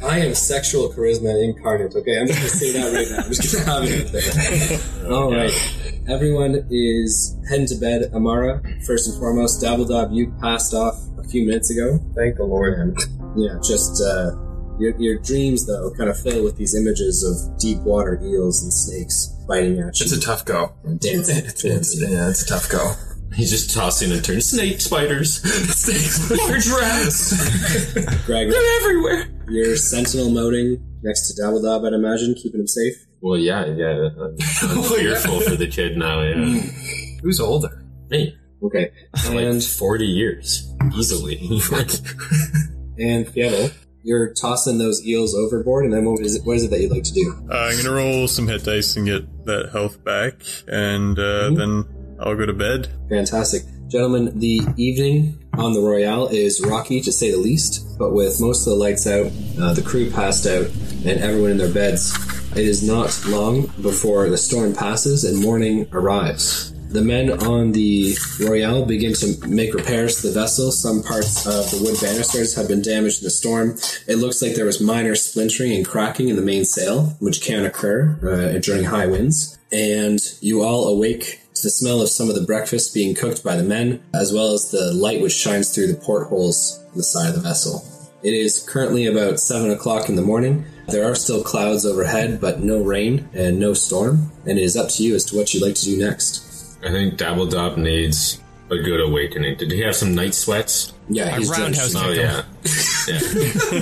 S1: I am sexual charisma incarnate, okay? I'm just gonna say that right now. I'm just gonna have it out there. Alright. Everyone is heading to bed. Amara, first and foremost. Dabbledob, you passed off a few minutes ago.
S2: Thank the Lord.
S1: Yeah, just uh, your, your dreams, though, kind of fill with these images of deep water eels and snakes biting at you
S2: It's a tough go.
S1: and dancing towards you.
S2: yeah, it's a tough go.
S3: He's just tossing and turning. Snake spiders. Snake spiders. rats.
S1: Greg,
S3: They're everywhere.
S1: you're sentinel moting next to Dabbledob, I'd imagine, keeping him safe.
S3: Well, yeah, yeah. I'm, I'm fearful for the kid now, yeah.
S2: Who's older?
S3: Me.
S1: Okay.
S3: Like
S1: And
S3: 40 years. Easily.
S1: and Fievel, you're tossing those eels overboard, and then what is it, what is it that you'd like to do?
S4: Uh, I'm gonna roll some hit dice and get that health back, and uh,
S5: Mm-hmm.
S4: then I'll go to bed.
S1: Fantastic. Gentlemen, the evening on the Royale is rocky to say the least, but with most of the lights out, uh, the crew passed out, and everyone in their beds, it is not long before the storm passes and morning arrives. The men on the Royale begin to make repairs to the vessel. Some parts of the wood banisters have been damaged in the storm. It looks like there was minor splintering and cracking in the mainsail, which can occur uh, during high winds. And you all awake to the smell of some of the breakfast being cooked by the men, as well as the light which shines through the portholes on the side of the vessel. It is currently about 7 o'clock in the morning. There are still clouds overhead, but no rain and no storm, and it is up to you as to what you'd like to do next.
S3: I think Dabbledob needs a good awakening. Did he have some night sweats?
S1: Yeah, he's
S5: roundhouse
S1: drenched.
S3: Oh yeah.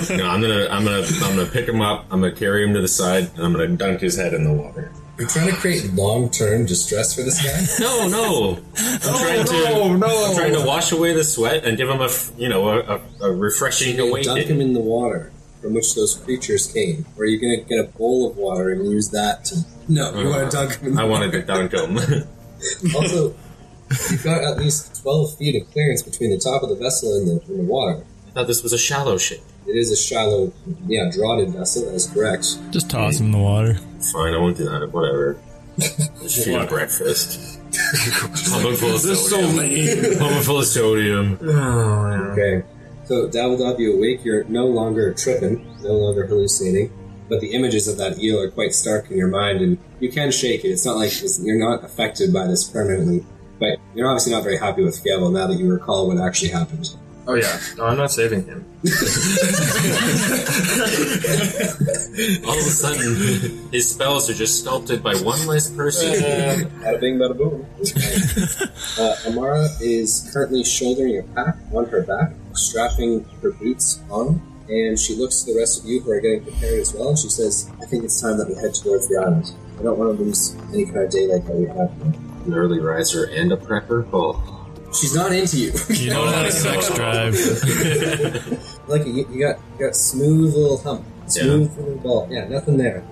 S3: yeah. no, I'm gonna I'm gonna I'm gonna pick him up, I'm gonna carry him to the side, and I'm gonna dunk his head in the water.
S1: You're trying to create long-term distress for this guy.
S3: No, no. I'm trying to
S2: no!
S3: I'm trying to wash away the sweat and give him a f- you know a, a, a refreshing
S1: You're gonna dunk him
S3: awakening.
S1: in the water from which those creatures came, or you're gonna get a bowl of water and use that to. Oh. No, you want to dunk him. In the
S3: I wanted to dunk him.
S1: Also, you've got at least 12 feet of clearance between the top of the vessel and the, and the water.
S3: I thought this was a shallow ship.
S1: It is a shallow, yeah, draughted vessel, that is correct.
S5: Just toss him in the water.
S3: Fine, I won't do that. Whatever. Just feed him breakfast. Pumping full of sodium. Pumping full of sodium.
S1: Okay. So, Dabbledob, you awake, you're no longer tripping, no longer hallucinating, but the images of that eel are quite stark in your mind, and you can shake it. It's not like it's, you're not affected by this permanently, but you're obviously not very happy with Fievel now that you recall what actually happened.
S2: Oh yeah. No, I'm not saving him.
S3: All of a sudden, his spells are just sculpted by one less person.
S1: Bada bing, bada boom. uh, Amara is currently shouldering a pack on her back, strapping her boots on, and she looks to the rest of you who are getting prepared as well, and she says, I think it's time that we head towards the island. I don't want to lose any kind of daylight that we have. here."
S3: An early riser and a prepper. Oh,
S1: She's not into you.
S5: You don't have a sex drive.
S1: like, you, you, got, you got smooth little hump. Smooth little ball. Yeah, nothing there.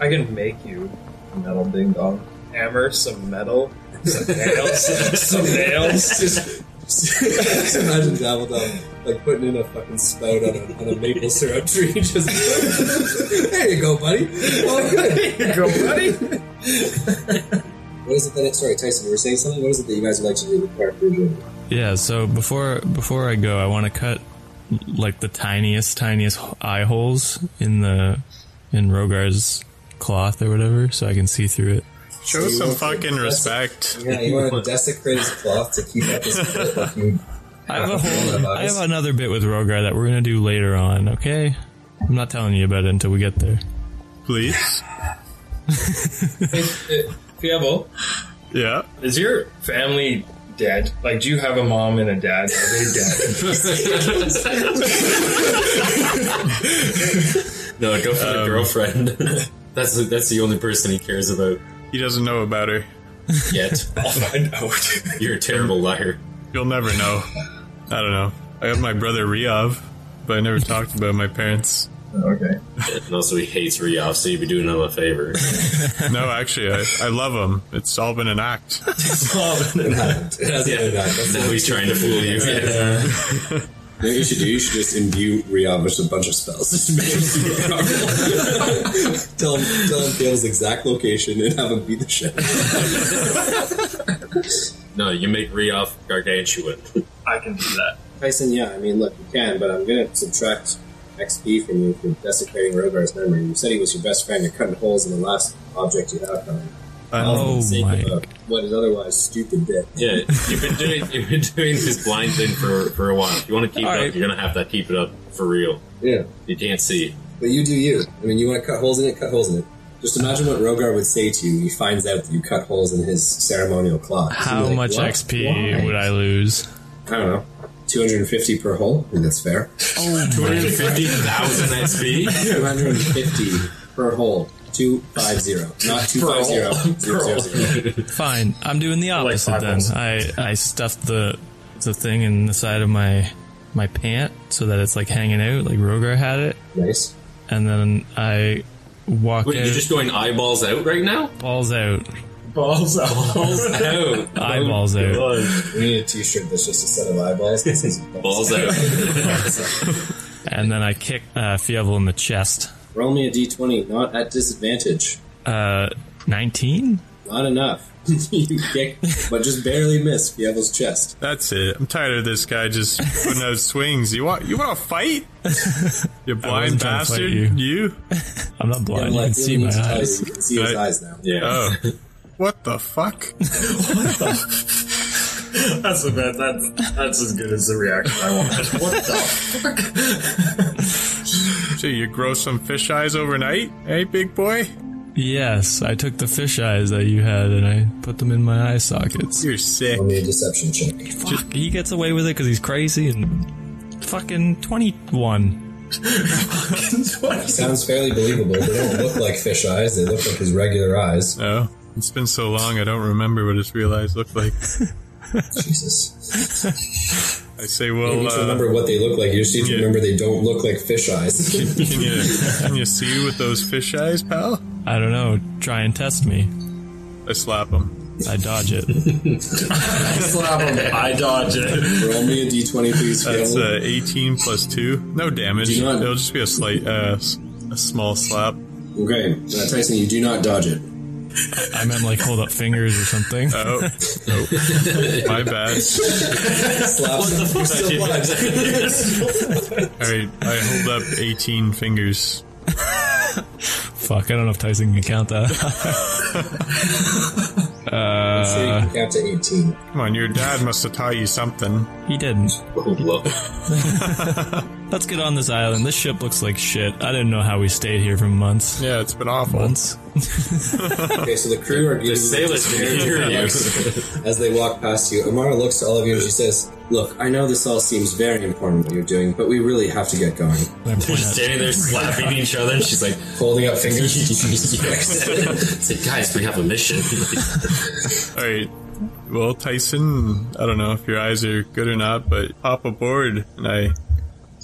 S2: I can make you a metal ding dong. Hammer some metal, some nails, some nails.
S1: just, just imagine Dabbledown like putting in a fucking spout on a, on a maple syrup tree. Just there you go, buddy. All good.
S2: Go, buddy.
S1: What is it that? Sorry, Tyson, you were saying something. What is it that you guys would like to do with character journey?
S5: Yeah, so before before I go, I want to cut like the tiniest tiniest eye holes in the in Rogar's cloth or whatever so I can see through it.
S4: Show some fucking respect.
S1: Yeah, you want to desecrate his cloth to keep up his bit like you.
S5: I have a
S1: of
S5: whole, Oh, I
S1: eyes.
S5: have another bit with Rogar that we're going to do later on, okay? I'm not telling you about it until we get there.
S4: Please?
S2: Fiabo,
S4: Yeah.
S2: is your family dead? Like, do you have a mom and a dad? Are they dead?
S3: no, go for the girlfriend. that's the, that's the only person he cares about
S4: He doesn't know about her.
S3: yet.
S2: I'll find out.
S3: You're a terrible liar.
S4: You'll never know. I don't know. I have my brother Riav, but I never talked about my parents.
S2: okay.
S3: And also, he hates Rioff, so you'd be doing him a favor.
S4: No, actually, I, I love him. It's all been an act.
S1: It happened. It hasn't been that. That's
S3: now he's trying to fool you.
S1: You know what you should do? You should just imbue Riav with a bunch of spells. Just make him super powerful. tell him, tell him Gale's exact location and have him beat the shit.
S3: No, you make Rioff gargantuan.
S2: I can do that.
S1: Tyson, yeah, I mean, look, you can, but I'm gonna subtract XP from you for desecrating Rogar's memory. You said he was your best friend and cutting holes in the last object you had from him. All for the
S5: Oh
S1: sake
S5: my!
S1: of a- what is otherwise stupid bit.
S3: Yeah, you've been doing you've been doing this blind thing for for a while. If you want to keep it
S5: All
S3: up,
S5: right.
S3: you're gonna have to keep it up for real.
S1: Yeah.
S3: You can't see.
S1: But you do you. I mean, you want to cut holes in it, cut holes in it. Just imagine what Rogar would say to you when he finds out that you cut holes in his ceremonial clock. He'd be
S5: How
S1: like,
S5: much
S1: "What?
S5: XP
S1: Why?"
S5: would I lose?
S1: I don't know. 250 per hole? I think that's fair.
S3: Two hundred fifty thousand XP.
S1: 250 per hole. 250. Not 250. Zero, zero, zero.
S5: Fine. I'm doing the opposite
S2: five
S5: then.
S2: bucks.
S5: I, I stuffed the the thing in the side of my my pant so that it's like hanging out, like Rogar had it,
S1: Nice.
S5: and then I walk
S3: Wait,
S5: out,
S3: you're just going eyeballs out right now?
S5: balls out,
S2: Balls out.
S3: Out.
S5: eyeballs out.
S1: We need a t shirt that's just a set of eyeballs. This is
S3: Balls out.
S5: And then I kick uh, Fievel in the chest.
S1: Roll me a d20, not at disadvantage.
S5: Uh, 19?
S1: Not enough. you kick, but just barely miss Fievel's chest.
S4: That's it. I'm tired of this guy just putting out swings. You want you want to fight? You blind
S5: wasn't trying to fight
S4: bastard.
S5: you.
S4: You.
S5: I'm not blind.
S1: Like, Fievel
S5: you can see my
S1: needs to tell you,
S5: eyes.
S1: You can see his
S4: Right.
S1: eyes now.
S3: Yeah.
S4: Oh. What the fuck?
S2: That's the best. That's that's as good as the reaction I wanted. What the?
S4: So you grow some fish eyes overnight, hey big boy?
S5: Yes, I took the fish eyes that you had and I put them in my eye sockets.
S4: You're sick.
S1: Roll me a deception check.
S5: Fuck, he gets away with it because he's crazy and fucking 21.
S1: Sounds fairly believable. They don't look like fish eyes, they look like his regular eyes.
S4: Oh, it's been so long I don't remember what his real eyes look like.
S1: Jesus.
S4: I say,
S1: You
S4: well,
S1: need to
S4: uh,
S1: remember what they look like. You just need to
S4: yeah.
S1: remember they don't look like fish eyes.
S4: can you can you see with those fish eyes, pal?
S5: I don't know. Try and test me.
S4: I slap him.
S5: I dodge it.
S2: Slap him. I dodge it.
S1: Roll me a d20, please.
S4: That's
S1: Fievel.
S4: uh, 18 plus two. No damage.
S1: Do not-
S4: It'll just be a slight, uh, s- a small slap.
S1: Okay, uh, Tyson, you do not dodge it.
S5: I meant like hold up fingers or something.
S4: Oh, oh. my bad.
S1: Slaps him. You're still alive.
S4: All right, I hold up 18 fingers.
S5: Fuck, I don't know if Tyson can count that.
S1: So you can count to 18.
S4: Come on, your dad must have taught you something.
S5: he didn't.
S3: Oh, look.
S5: Let's get on this island. This ship looks like shit. I didn't know how we stayed here for months.
S4: Yeah, it's been awful.
S5: Months.
S1: Okay, so the crew are
S3: The
S1: giving
S3: sailors can hear you.
S1: as they walk past you. Amara looks to all of you and she says, Look, I know this all seems very important what you're doing, but we really have to get going.
S5: I point
S3: They're
S5: at-
S3: standing there slapping each other, and she's like,
S1: Holding up fingers.
S3: yes. It's like, guys, we have a mission.
S4: All right. Well, Tyson, I don't know if your eyes are good or not, but hop aboard, and I,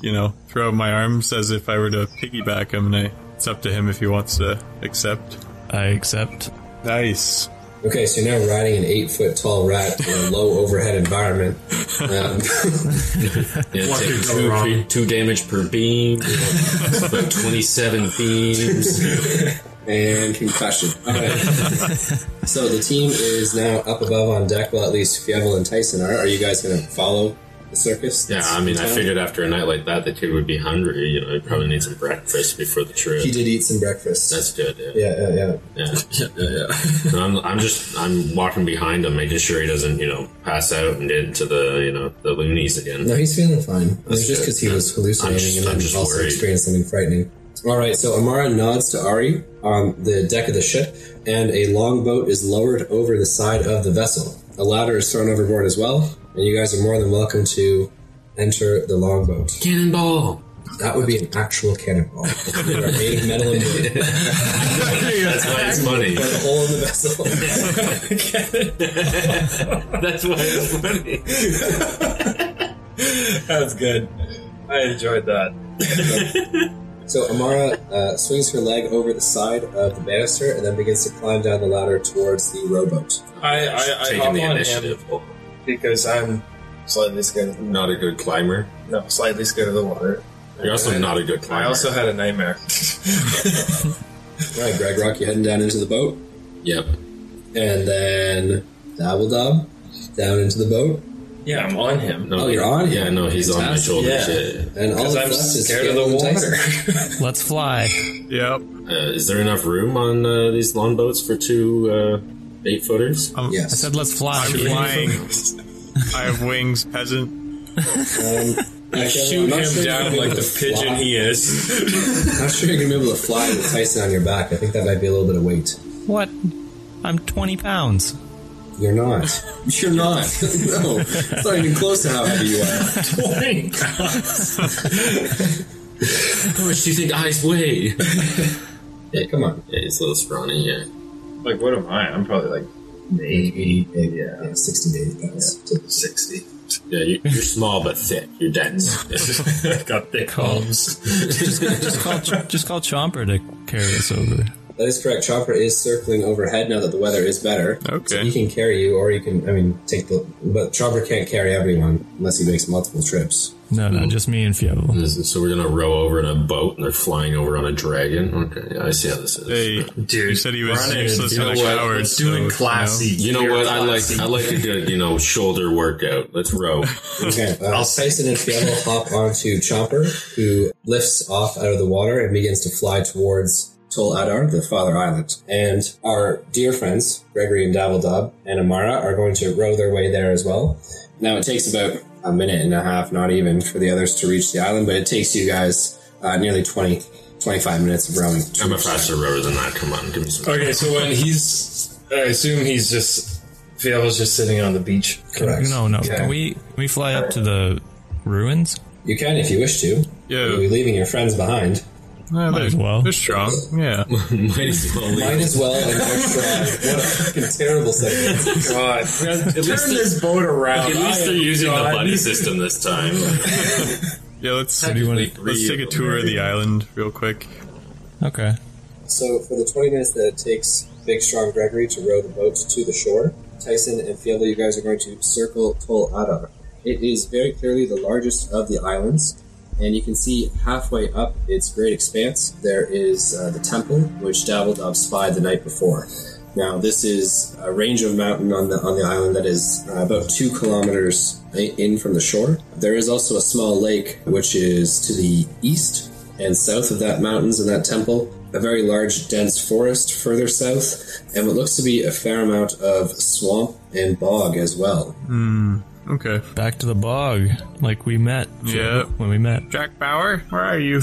S4: you know, throw out my arms as if I were to piggyback him, and I, it's up to him if he wants to accept.
S5: I accept.
S4: Nice.
S1: okay, so you're now riding an eight foot tall rat in a low overhead environment. Um,
S3: Yeah, take
S2: could go
S3: two,
S2: wrong?
S3: pre- two damage per beam, about 27 beams.
S1: and concussion. Okay. so the team is now up above on deck. Well, at least Fievel and Tyson are. Are you guys going to follow the circus?
S3: Yeah, I mean, I
S1: Town?
S3: figured after a night like that, the kid would be hungry. You know, he probably needs some breakfast before the trip.
S1: He did eat some breakfast.
S3: That's good. Yeah.
S1: yeah, yeah, yeah.
S3: Yeah. yeah, And I'm, I'm just, I'm walking behind him, making sure he doesn't, you know, pass out and get into the, you know, the loonies again.
S1: No, he's feeling fine. It was just
S3: good.
S1: because he was hallucinating
S3: I'm just-
S1: and then
S3: I'm just
S1: also
S3: worried.
S1: experienced something frightening. All right, so Amara nods to Ari on the deck of the ship, and a longboat is lowered over the side of the vessel. A ladder is thrown overboard as well, and you guys are more than welcome to enter the longboat.
S3: Cannonball!
S1: That would be an actual cannonball. They are made of metal and wood.
S3: Oh, That's why it's funny.
S1: The hole in the vessel.
S3: That's why it's funny.
S2: That's good. I enjoyed that.
S1: So Amara uh, swings her leg over the side of the banister and then begins to climb down the ladder towards the rowboat.
S2: I I, I hop
S3: Taking
S2: on
S3: the
S2: him
S3: initiative.
S2: because I'm slightly scared. Of the,
S3: Not a good climber.
S2: no, slightly scared of the water.
S3: You're also not a good climber.
S2: I also had a nightmare.
S1: All right, Greg Rock, you heading down into the boat?
S3: Yep.
S1: And then Dabbledob down into the boat.
S3: Yeah, I'm on him. No,
S1: Oh, you're on
S3: Yeah,
S1: him.
S3: no, he's on my
S1: Fantastic.
S3: shoulders.
S1: Yeah.
S3: Yeah.
S1: And all
S2: Because I'm
S1: that's left is
S2: scared of the
S1: Galen
S2: water.
S1: Tyson.
S5: Let's fly.
S4: Yep.
S3: Uh, is there enough room on uh, these lawn boats for two uh, eight footers?
S4: Um,
S1: Yes.
S5: I said let's fly.
S4: I'm flying. I have wings, peasant.
S1: I
S3: Shoot him down like the pigeon he is.
S1: Not sure you're gonna be able to fly with Tyson on your back. I think that might be a little bit of weight.
S5: What? I'm 20 pounds.
S1: You're not. You're not. no, it's not even close to how heavy you are.
S3: How much do you think eyes weigh?
S1: Yeah, come on.
S3: Yeah, he's a little scrawny, yeah.
S2: Like, what am I? I'm probably like maybe, maybe yeah,
S1: Yeah, 68 pounds.
S2: sixty.
S3: Yeah, you- you're small but thick. You're dense. Got thick
S5: Columns. just call just call Chomper to carry us over.
S1: That is correct. Chopper is circling overhead now that the weather is better.
S4: Okay.
S1: So he can carry you, or you can, I mean, take the. But Chopper can't carry everyone unless he makes multiple trips.
S5: No, no, just me and Fievel.
S3: So we're gonna row over in a boat, and they're flying over on a dragon. Okay, I see how this is.
S4: Hey,
S6: Dude,
S4: you said he was
S6: Ryan,
S4: useless
S3: you know
S4: and a
S3: what?
S4: coward.
S6: Let's do it
S4: so,
S6: classy.
S3: You know
S6: We're
S3: what? I like
S6: classy.
S3: I like a good you know shoulder workout. Let's row.
S1: Okay, uh, Tyson and Fievel hop onto Chomper, who lifts off out of the water and begins to fly towards Tol Adar, the father island. And our dear friends, Gregory and Dabbledob and Amara, are going to row their way there as well. Now, it takes about a minute and a half, not even, for the others to reach the island, but it takes you guys uh, nearly 20, 25 minutes of rowing.
S3: I'm a faster rower than that. Come on, give me some.
S2: Okay, so when he's, I assume he's just Fievel's just sitting on the beach.
S1: Correct.
S5: No, no.
S1: Yeah.
S5: Can we can we fly up to the ruins?
S1: You can if you wish to. You'll be
S4: Yeah,
S1: leaving your friends behind.
S4: yeah,
S5: Might
S4: they're,
S5: as well.
S4: they're strong. Yeah.
S3: Might as well.
S1: Might
S3: leave.
S1: as well. And extra. what a fucking terrible segment.
S2: God, turn this boat around.
S3: At least they're using the buddy system this time.
S4: Yeah, let's
S5: do you wanna-
S4: let's take a tour of the island real quick.
S5: Okay.
S1: So for the 20 minutes that it takes Big Strong Gregory to row the boat to the shore, Tyson and Fielder, you guys are going to circle Tol Adar. It is very clearly the largest of the islands, and you can see halfway up its great expanse, there is uh, the temple, which Dabbledob spied the night before. Now, this is a range of mountain on the on the island that is uh, about two kilometers i- in from the shore. There is also a small lake which is to the east and south of that mountains and that temple. A very large, dense forest further south, and what looks to be a fair amount of swamp and bog as well.
S4: Okay.
S5: Back to the bog, like we met.
S4: Yeah.
S5: When we met.
S4: Jack Bauer, where are you?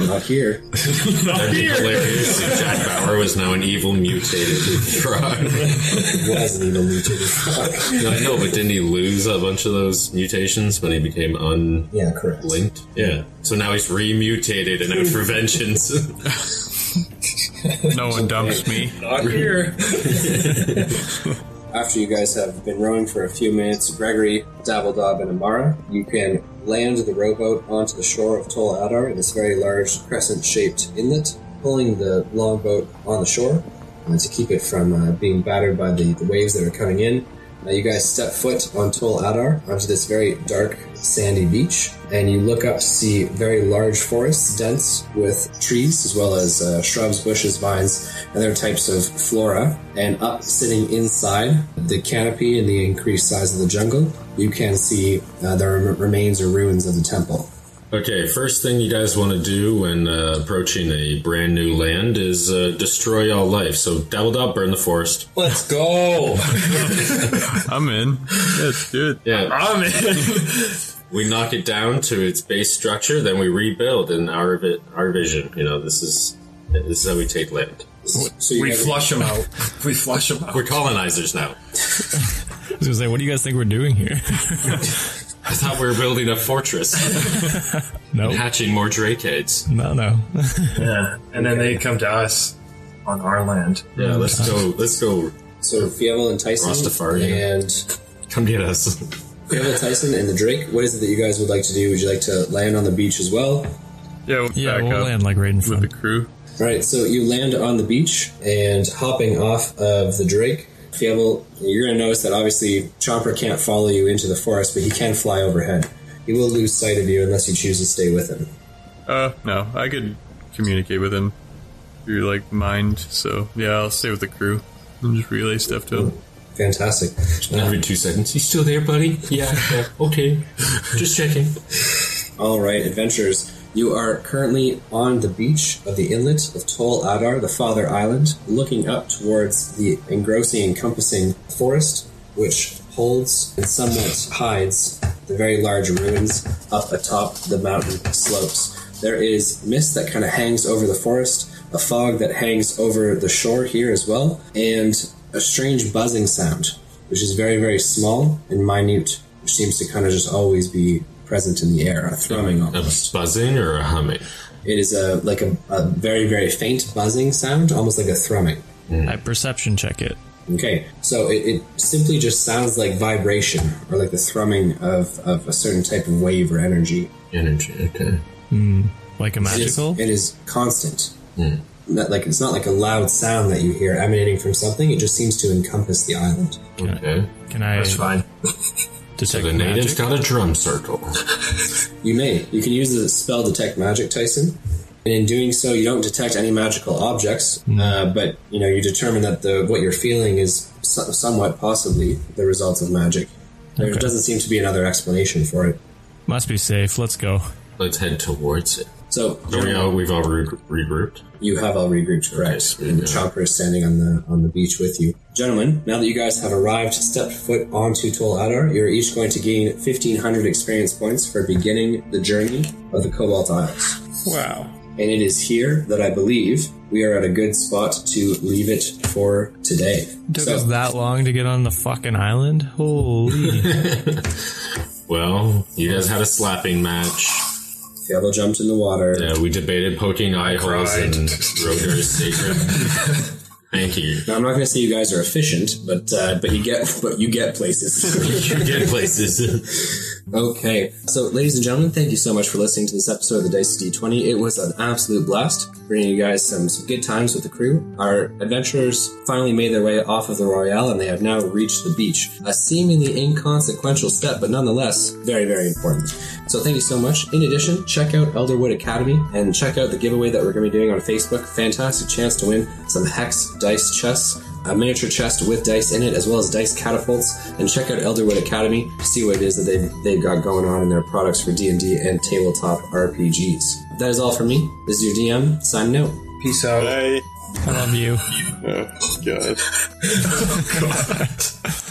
S1: Not here.
S3: That'd be hilarious if Jack Bauer was now an evil mutated frog.
S1: It was an evil mutated frog.
S3: No, I know, but didn't he lose a bunch of those mutations when he became unlinked?
S1: Yeah, correct.
S3: Yeah. So now he's remutated and out for vengeance.
S4: No one dumps me.
S2: Not here.
S1: After you guys have been rowing for a few minutes, Gregory, Dabbledob, and Amara, you can land the rowboat onto the shore of Tol Adar in this very large crescent shaped inlet, pulling the longboat on the shore uh, to keep it from uh, being battered by the, the waves that are coming in. Now you guys step foot on Tol Adar onto this very dark, sandy beach, and you look up to see very large forests, dense with trees as well as uh, shrubs, bushes, vines, and other types of flora. And up, sitting inside the canopy and the increased size of the jungle, you can see uh, the rem- remains or ruins of the temple.
S3: okay, first thing you guys want to do when uh, approaching a brand new land is uh, destroy all life. So double up, burn the forest.
S2: Let's go.
S4: I'm in. Let's do it.
S3: Yeah.
S2: I'm in.
S3: We knock it down to its base structure, then we rebuild in our vi- our vision. You know, this is this is how we take land.
S1: So you
S6: We
S1: guys-
S6: flush him out. We flush him out.
S3: We're colonizers now.
S5: I was gonna say, what do you guys think we're doing here?
S3: I thought we were building a fortress,
S5: no.
S3: hatching more drake heads.
S5: No, no.
S6: Yeah.
S2: And then they come to us
S6: On our land.
S3: Yeah, let's go. Let's go.
S1: so Fievel and Tyson
S3: Rastafarian.
S1: and
S3: Come get us.
S1: Fievel Tyson and the Drake. What is it that you guys would like to do? Would you like to land on the beach as well?
S4: Yeah, we'll
S5: Yeah,
S4: back
S5: we'll
S4: up
S5: land like right in
S4: with the
S5: front.
S4: crew.
S1: All right, so you land on the beach and hopping off of the Drake. Fievel, you're going to notice that obviously Chomper can't follow you into the forest, but he can fly overhead. He will lose sight of you unless you choose to stay with him.
S4: Uh, no, I could communicate with him through like mind. So yeah, I'll stay with the crew and just relay stuff to him.
S1: Fantastic.
S3: Every two seconds. You still there, buddy? Yeah. yeah. Okay. Just checking.
S1: All right, adventurers. You are currently on the beach of the inlet of Tol Adar, the Father Island, looking up towards the engrossing, encompassing forest, which holds and somewhat hides the very large ruins up atop the mountain slopes. There is mist that kind of hangs over the forest, a fog that hangs over the shore here as well, and a strange buzzing sound, which is very, very small and minute, which seems to kind of just always be present in the air, a thrumming
S3: A
S1: almost.
S3: buzzing or a humming?
S1: It is a like a, a very very faint buzzing sound, almost like a thrumming.
S5: I perception check it.
S1: Okay, so it, it simply just sounds like vibration or like the thrumming of, of a certain type of wave or energy.
S3: Energy. Okay.
S5: Like a
S1: It is,
S5: magical?
S1: it is constant. Not like it's not like a loud sound that you hear emanating from something. It just seems to encompass the island.
S3: Okay.
S5: Can I
S6: That's fine.
S5: detect
S3: The native's
S5: magic?
S3: got a drum circle.
S1: You may you can use the spell detect magic, Tyson, and in doing so, you don't detect any magical objects. Uh, but you know you determine that the what you're feeling is so- somewhat possibly the results of magic. There
S5: Okay.
S1: doesn't seem to be another explanation for it.
S5: Must be safe. Let's go.
S3: Let's head towards it.
S1: So
S3: Are we all, we've all regr- regrouped.
S1: You have all regrouped,
S3: Okay,
S1: correct?
S3: sweet,
S1: and
S3: yeah.
S1: Chopper is standing on the on the beach with you, gentlemen. Now that you guys have arrived, stepped foot onto Tol Adar, you're each going to gain fifteen hundred experience points for beginning the journey of the Cobalt Isles.
S4: Wow.
S1: And it is here that I believe we are at a good spot to leave it for today.
S5: Took us that long to get on the fucking island? Holy.
S3: Well, you guys had a slapping match.
S1: Fable jumped in the water.
S3: Uh, we debated poking eye holes
S2: cried.
S3: and Roger is sacred. Thank you.
S1: Now I'm not going to say you guys are efficient, but uh, but you get but you get places.
S3: You get places.
S1: Okay, so ladies and gentlemen, thank you so much for listening to this episode of the Dice D20. It was an absolute blast bringing you guys some, some good times with the crew. Our adventurers finally made their way off of the Royale and they have now reached the beach. A seemingly inconsequential step, but nonetheless very, very important. So thank you so much. In addition, check out Elderwood Academy and check out the giveaway that we're going to be doing on Facebook. Fantastic chance to win some Hex Dice Chess a miniature chest with dice in it, as well as dice catapults. And check out Elderwood Academy to see what it is that they've, they've got going on in their products for D&D and tabletop RPGs. That is all for me. This is your DM, signing out.
S2: Peace out.
S4: I,
S5: I love you.
S4: oh, God.